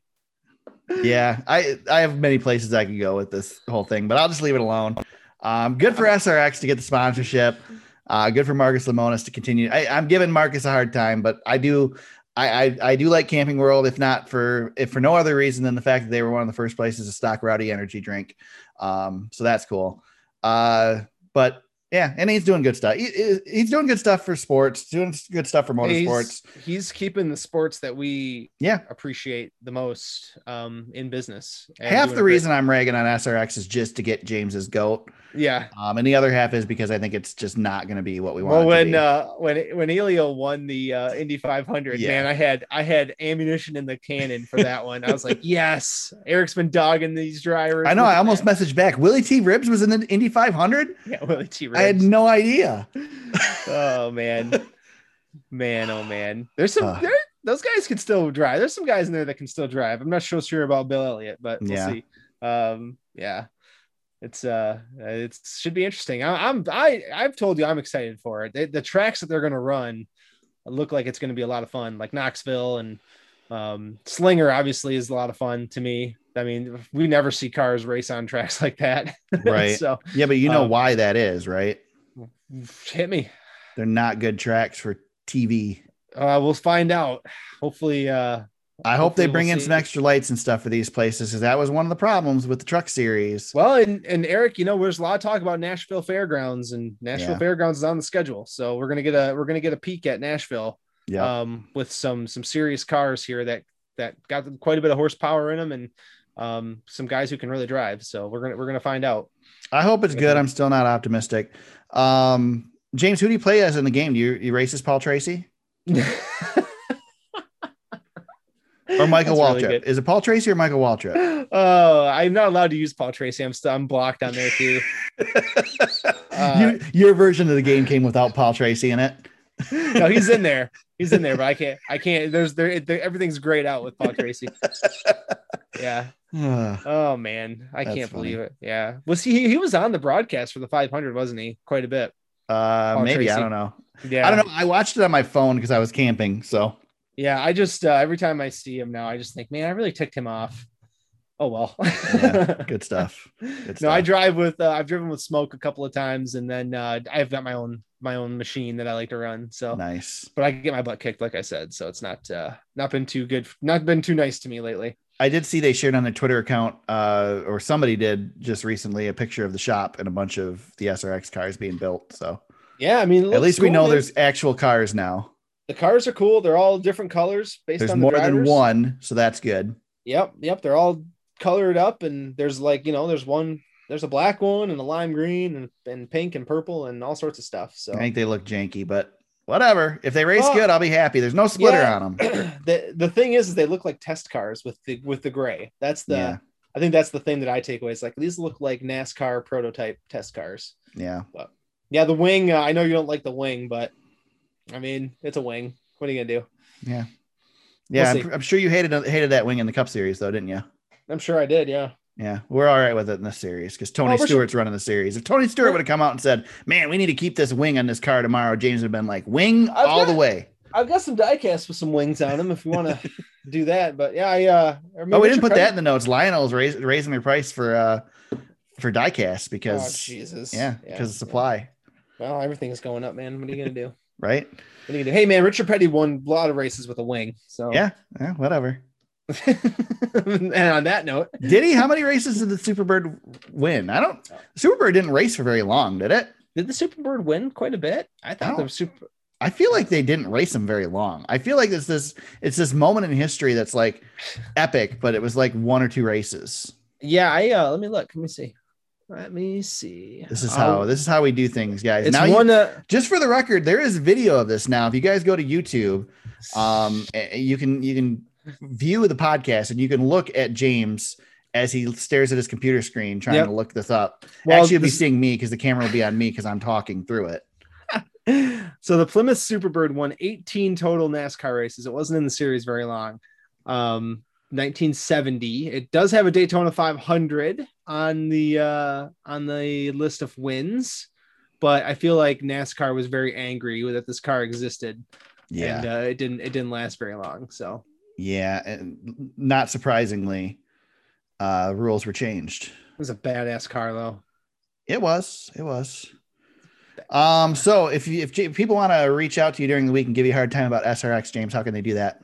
S3: yeah, I I have many places I could go with this whole thing, but I'll just leave it alone. Um, good for SRX to get the sponsorship. Uh, good for Marcus Lemonis to continue. I, I'm giving Marcus a hard time, but I do. I, I, I do like Camping World, if not for if for no other reason than the fact that they were one of the first places to stock Rowdy Energy drink, um, so that's cool. Uh, but yeah, and he's doing good stuff. He- he- he's doing good stuff for sports, doing good stuff for motorsports.
S4: He's, he's keeping the sports that we
S3: Yeah.
S4: appreciate the most um in business. and
S3: half the
S4: doing a great-
S3: reason I'm ragging on SRX is just to get James's goat,
S4: yeah.
S3: um, and the other half is because I think it's just not going to be what we want.
S4: Well,
S3: it to
S4: when
S3: be.
S4: uh, when when Elio won the uh, Indy 500,
S3: Yeah.
S4: man, I had I had ammunition in the cannon for that one. I
S3: <laughs>
S4: was like, yes, Eric's been dogging these drivers.
S3: I know,
S4: Look
S3: I
S4: at
S3: almost
S4: that. <laughs>
S3: messaged back. Willie T. Ribs was in the Indy 500.
S4: yeah, Willie T.
S3: I had
S4: Ribs.
S3: no idea. <laughs>
S4: oh man, man, oh man. There's some
S3: Ugh.
S4: there, those guys can still drive. There's some guys in there that can still drive. I'm not so sure about Bill Elliott, but we'll
S3: Yeah.
S4: see. Um, yeah, it's uh, it should be interesting. I, I'm I I've told you I'm excited for it. The, the tracks that they're gonna run look like it's gonna be a lot of fun, like Knoxville and um Slinger. Obviously, is a lot of fun to me. I mean, we never see cars race on tracks like that, <laughs>
S3: Right.
S4: so
S3: Yeah, but you know
S4: Um,
S3: why that is, right?
S4: hit me.
S3: They're not good tracks for TV.
S4: Uh, we'll find out. Hopefully, uh,
S3: I hope they
S4: Hopefully
S3: bring
S4: we'll
S3: in
S4: see.
S3: some extra lights and stuff for these places because that was one of the problems with the truck series.
S4: well, and, and Eric, you know, there's a lot of talk about Nashville Fairgrounds, and Nashville
S3: Yeah.
S4: Fairgrounds is on the schedule, so we're gonna get a we're gonna get a peek at Nashville,
S3: Yeah.
S4: um, with some some serious cars here that that got quite a bit of horsepower in them, and um, some guys who can really drive. So we're gonna we're gonna find out.
S3: I hope it's good.
S4: Mhm.
S3: I'm still not optimistic. Um, James, who do you play as in the game? Do you, you race as Paul Tracy? or Michael
S4: That's
S3: Waltrip.
S4: really
S3: is it Paul Tracy or Michael Waltrip?
S4: good. Oh, I'm not allowed to use Paul Tracy. I'm still I'm blocked on there too. Uh,
S3: <laughs> You- your version of the game came without Paul Tracy in
S4: <sighs>
S3: it.
S4: no, he's in there. He's in there, but I can't. I can't. There's there. there everything's grayed out with Paul
S3: <laughs>
S4: Tracy. Yeah.
S3: Ugh.
S4: Oh man, I
S3: That's
S4: can't
S3: funny.
S4: believe it. Yeah. Was he? He was on the broadcast for the 500, wasn't he? Quite a bit.
S3: uh,
S4: Paul
S3: maybe I
S4: Tracy.
S3: don't know.
S4: Yeah.
S3: I don't know. I watched it on my phone because I was camping. So
S4: Yeah. I just uh, every time I see him now, I just think, man, I really ticked him off. Oh well. <laughs>
S3: Yeah. Good stuff.
S4: no,
S3: Good
S4: I
S3: stuff.
S4: drive with uh, I've driven with smoke a couple of times, and then uh, I've got my own my own machine that I like to run. So,
S3: Nice.
S4: but I get my butt kicked, like I said. So it's not uh, not been too good, not been too nice to me lately.
S3: I did see they shared on their Twitter account, uh, or somebody did just recently, a picture of the shop and a bunch of the SRX cars being built. So
S4: Yeah, I mean, it
S3: at
S4: looks
S3: least we
S4: cool,
S3: know
S4: man.
S3: there's actual cars now.
S4: the cars are cool. They're all different colors based
S3: There's
S4: on the
S3: more than
S4: drivers.
S3: one, so that's good.
S4: Yep, yep. They're all colored up, and there's like you know, there's one, there's a black one, and a lime green, and, and pink, and purple, and all sorts of stuff. So <clears throat>
S3: I think they look janky, but whatever. If they race
S4: Well,
S3: good, I'll be happy. There's no splitter
S4: yeah.
S3: on them.
S4: the the thing is, is they look like test cars with the with the gray. That's the
S3: yeah,
S4: I think that's the thing that I take away. It's like these look like NASCAR prototype test cars.
S3: yeah.
S4: Yeah, the wing. Uh, I know you don't like the wing, but I mean, it's a wing. What are you gonna do?
S3: Yeah,
S4: We'll
S3: I'm, I'm sure you hated hated that wing in the Cup Series, though, didn't you?
S4: I'm sure I did. Yeah.
S3: Yeah, we're all right with it in this series because Tony
S4: Oh, we're su-
S3: Stewart's running the series. If Tony Stewart
S4: We're-
S3: would have come out and said, "Man, we need to keep this wing on this car tomorrow," James would have been like, "Wing
S4: I've
S3: all
S4: got-
S3: the way."
S4: I've got some diecast with some wings on them. If
S3: <laughs>
S4: you want to do that, but yeah, I. Uh, I mean,
S3: Oh, we
S4: Richard
S3: didn't put
S4: Petty-
S3: that in the notes. Lionel's rais- raising their price for uh for diecast
S4: Oh,
S3: because
S4: Jesus.
S3: yeah, because of supply,
S4: Well, everything is going up, man. What are you gonna do? What
S3: right?
S4: are you gonna do? Hey, man, Richard Petty won a lot of races with a wing. So
S3: Yeah, yeah, whatever.
S4: <laughs> and on that note,
S3: Did he? How many races did the Superbird win? I don't. Superbird didn't race for very long, did it?
S4: did the Superbird win quite a bit? I thought
S3: No.
S4: the super.
S3: I feel like they didn't race him very long. I feel like it's this it's this moment in history that's like epic, but it was like one or two races.
S4: Yeah, I. Uh, let me look. Let me see. Let me see.
S3: This is
S4: Oh,
S3: how this is how we do things, guys.
S4: it's
S3: now, you-
S4: one. uh,
S3: just for the record, there is video of this now. If you guys go to YouTube, um, eh, you can you can view the podcast and you can look at James as he stares at his computer screen trying
S4: Yep.
S3: to look this up.
S4: Well,
S3: Actually, you'll be
S4: this-
S3: seeing me because the camera will be on me because I'm talking through it.
S4: so the Plymouth Superbird won 18 total NASCAR races. It wasn't in the series very long. Um, 1970. It does have a Daytona 500 on the uh, on the list of wins, but I feel like NASCAR was very angry that this car existed,
S3: Yeah,
S4: and uh, it didn't it didn't last very long. So
S3: yeah, and not surprisingly, uh, rules were changed.
S4: it was a badass car though.
S3: It was. It was. Um, so if you if J- people want to reach out to you during the week and give you a hard time about SRX, James, how can they do that?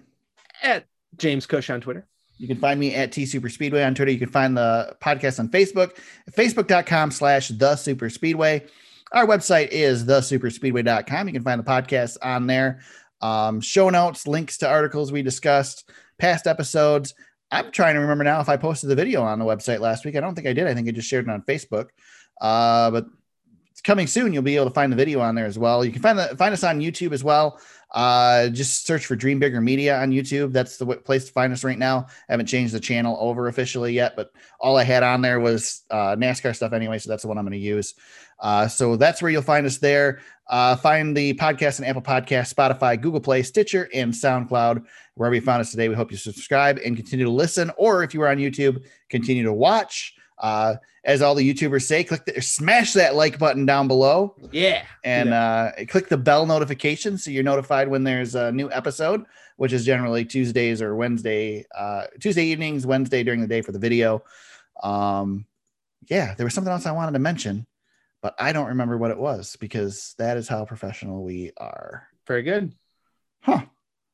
S4: At James Cush on Twitter.
S3: You can find me at T Super Speedway on Twitter. You can find the podcast on Facebook, facebook.com slash the super speedway. Our website is thesuperspeedway.com. You can find the podcast on there. Um, show notes, links to articles we discussed, past episodes. I'm trying to remember now if I posted the video on the website last week. I don't think I did. I think I just shared it on Facebook. Uh, but it's coming soon. You'll be able to find the video on there as well. You can find the find us on YouTube as well. Uh, just search for Dream Bigger Media on YouTube. That's the w- place to find us right now. I haven't changed the channel over officially yet, but all I had on there was uh, NASCAR stuff anyway, so that's the one I'm going to use. Uh, so that's where you'll find us there. Uh, find the podcast on Apple Podcast, Spotify, Google Play, Stitcher, and SoundCloud. Wherever you found us today, we hope you subscribe and continue to listen. Or if you are on YouTube, continue to watch. Uh, as all the YouTubers say, click the, smash that like button down below
S4: Yeah.
S3: and uh, click the bell notification so you're notified when there's a new episode, which is generally Tuesdays or Wednesday, uh, Tuesday evenings, Wednesday during the day for the video. Um, yeah, there was something else I wanted to mention, but I don't remember what it was because that is how professional we are.
S4: Very good.
S3: Huh.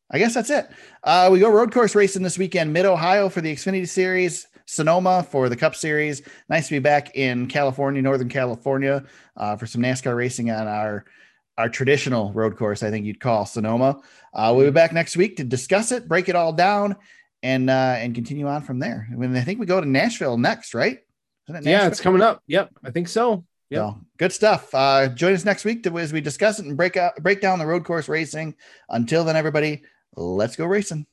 S3: I guess that's it. Uh, we go road course racing this weekend, Mid Ohio for the Xfinity Series, Sonoma for the Cup Series. Nice to be back in California, Northern California, uh, for some NASCAR racing on our our traditional road course. I think you'd call Sonoma. Uh, we'll be back next week to discuss it, break it all down, and uh, and continue on from there. I mean, I think we go to Nashville next, right? Isn't it
S4: Yeah,
S3: Nashville?
S4: it's coming up. Yep, I think so. Yep.
S3: So good stuff. Uh, join us next week to, as we discuss it and break out, break down the road course racing. Until then, everybody, let's go racing.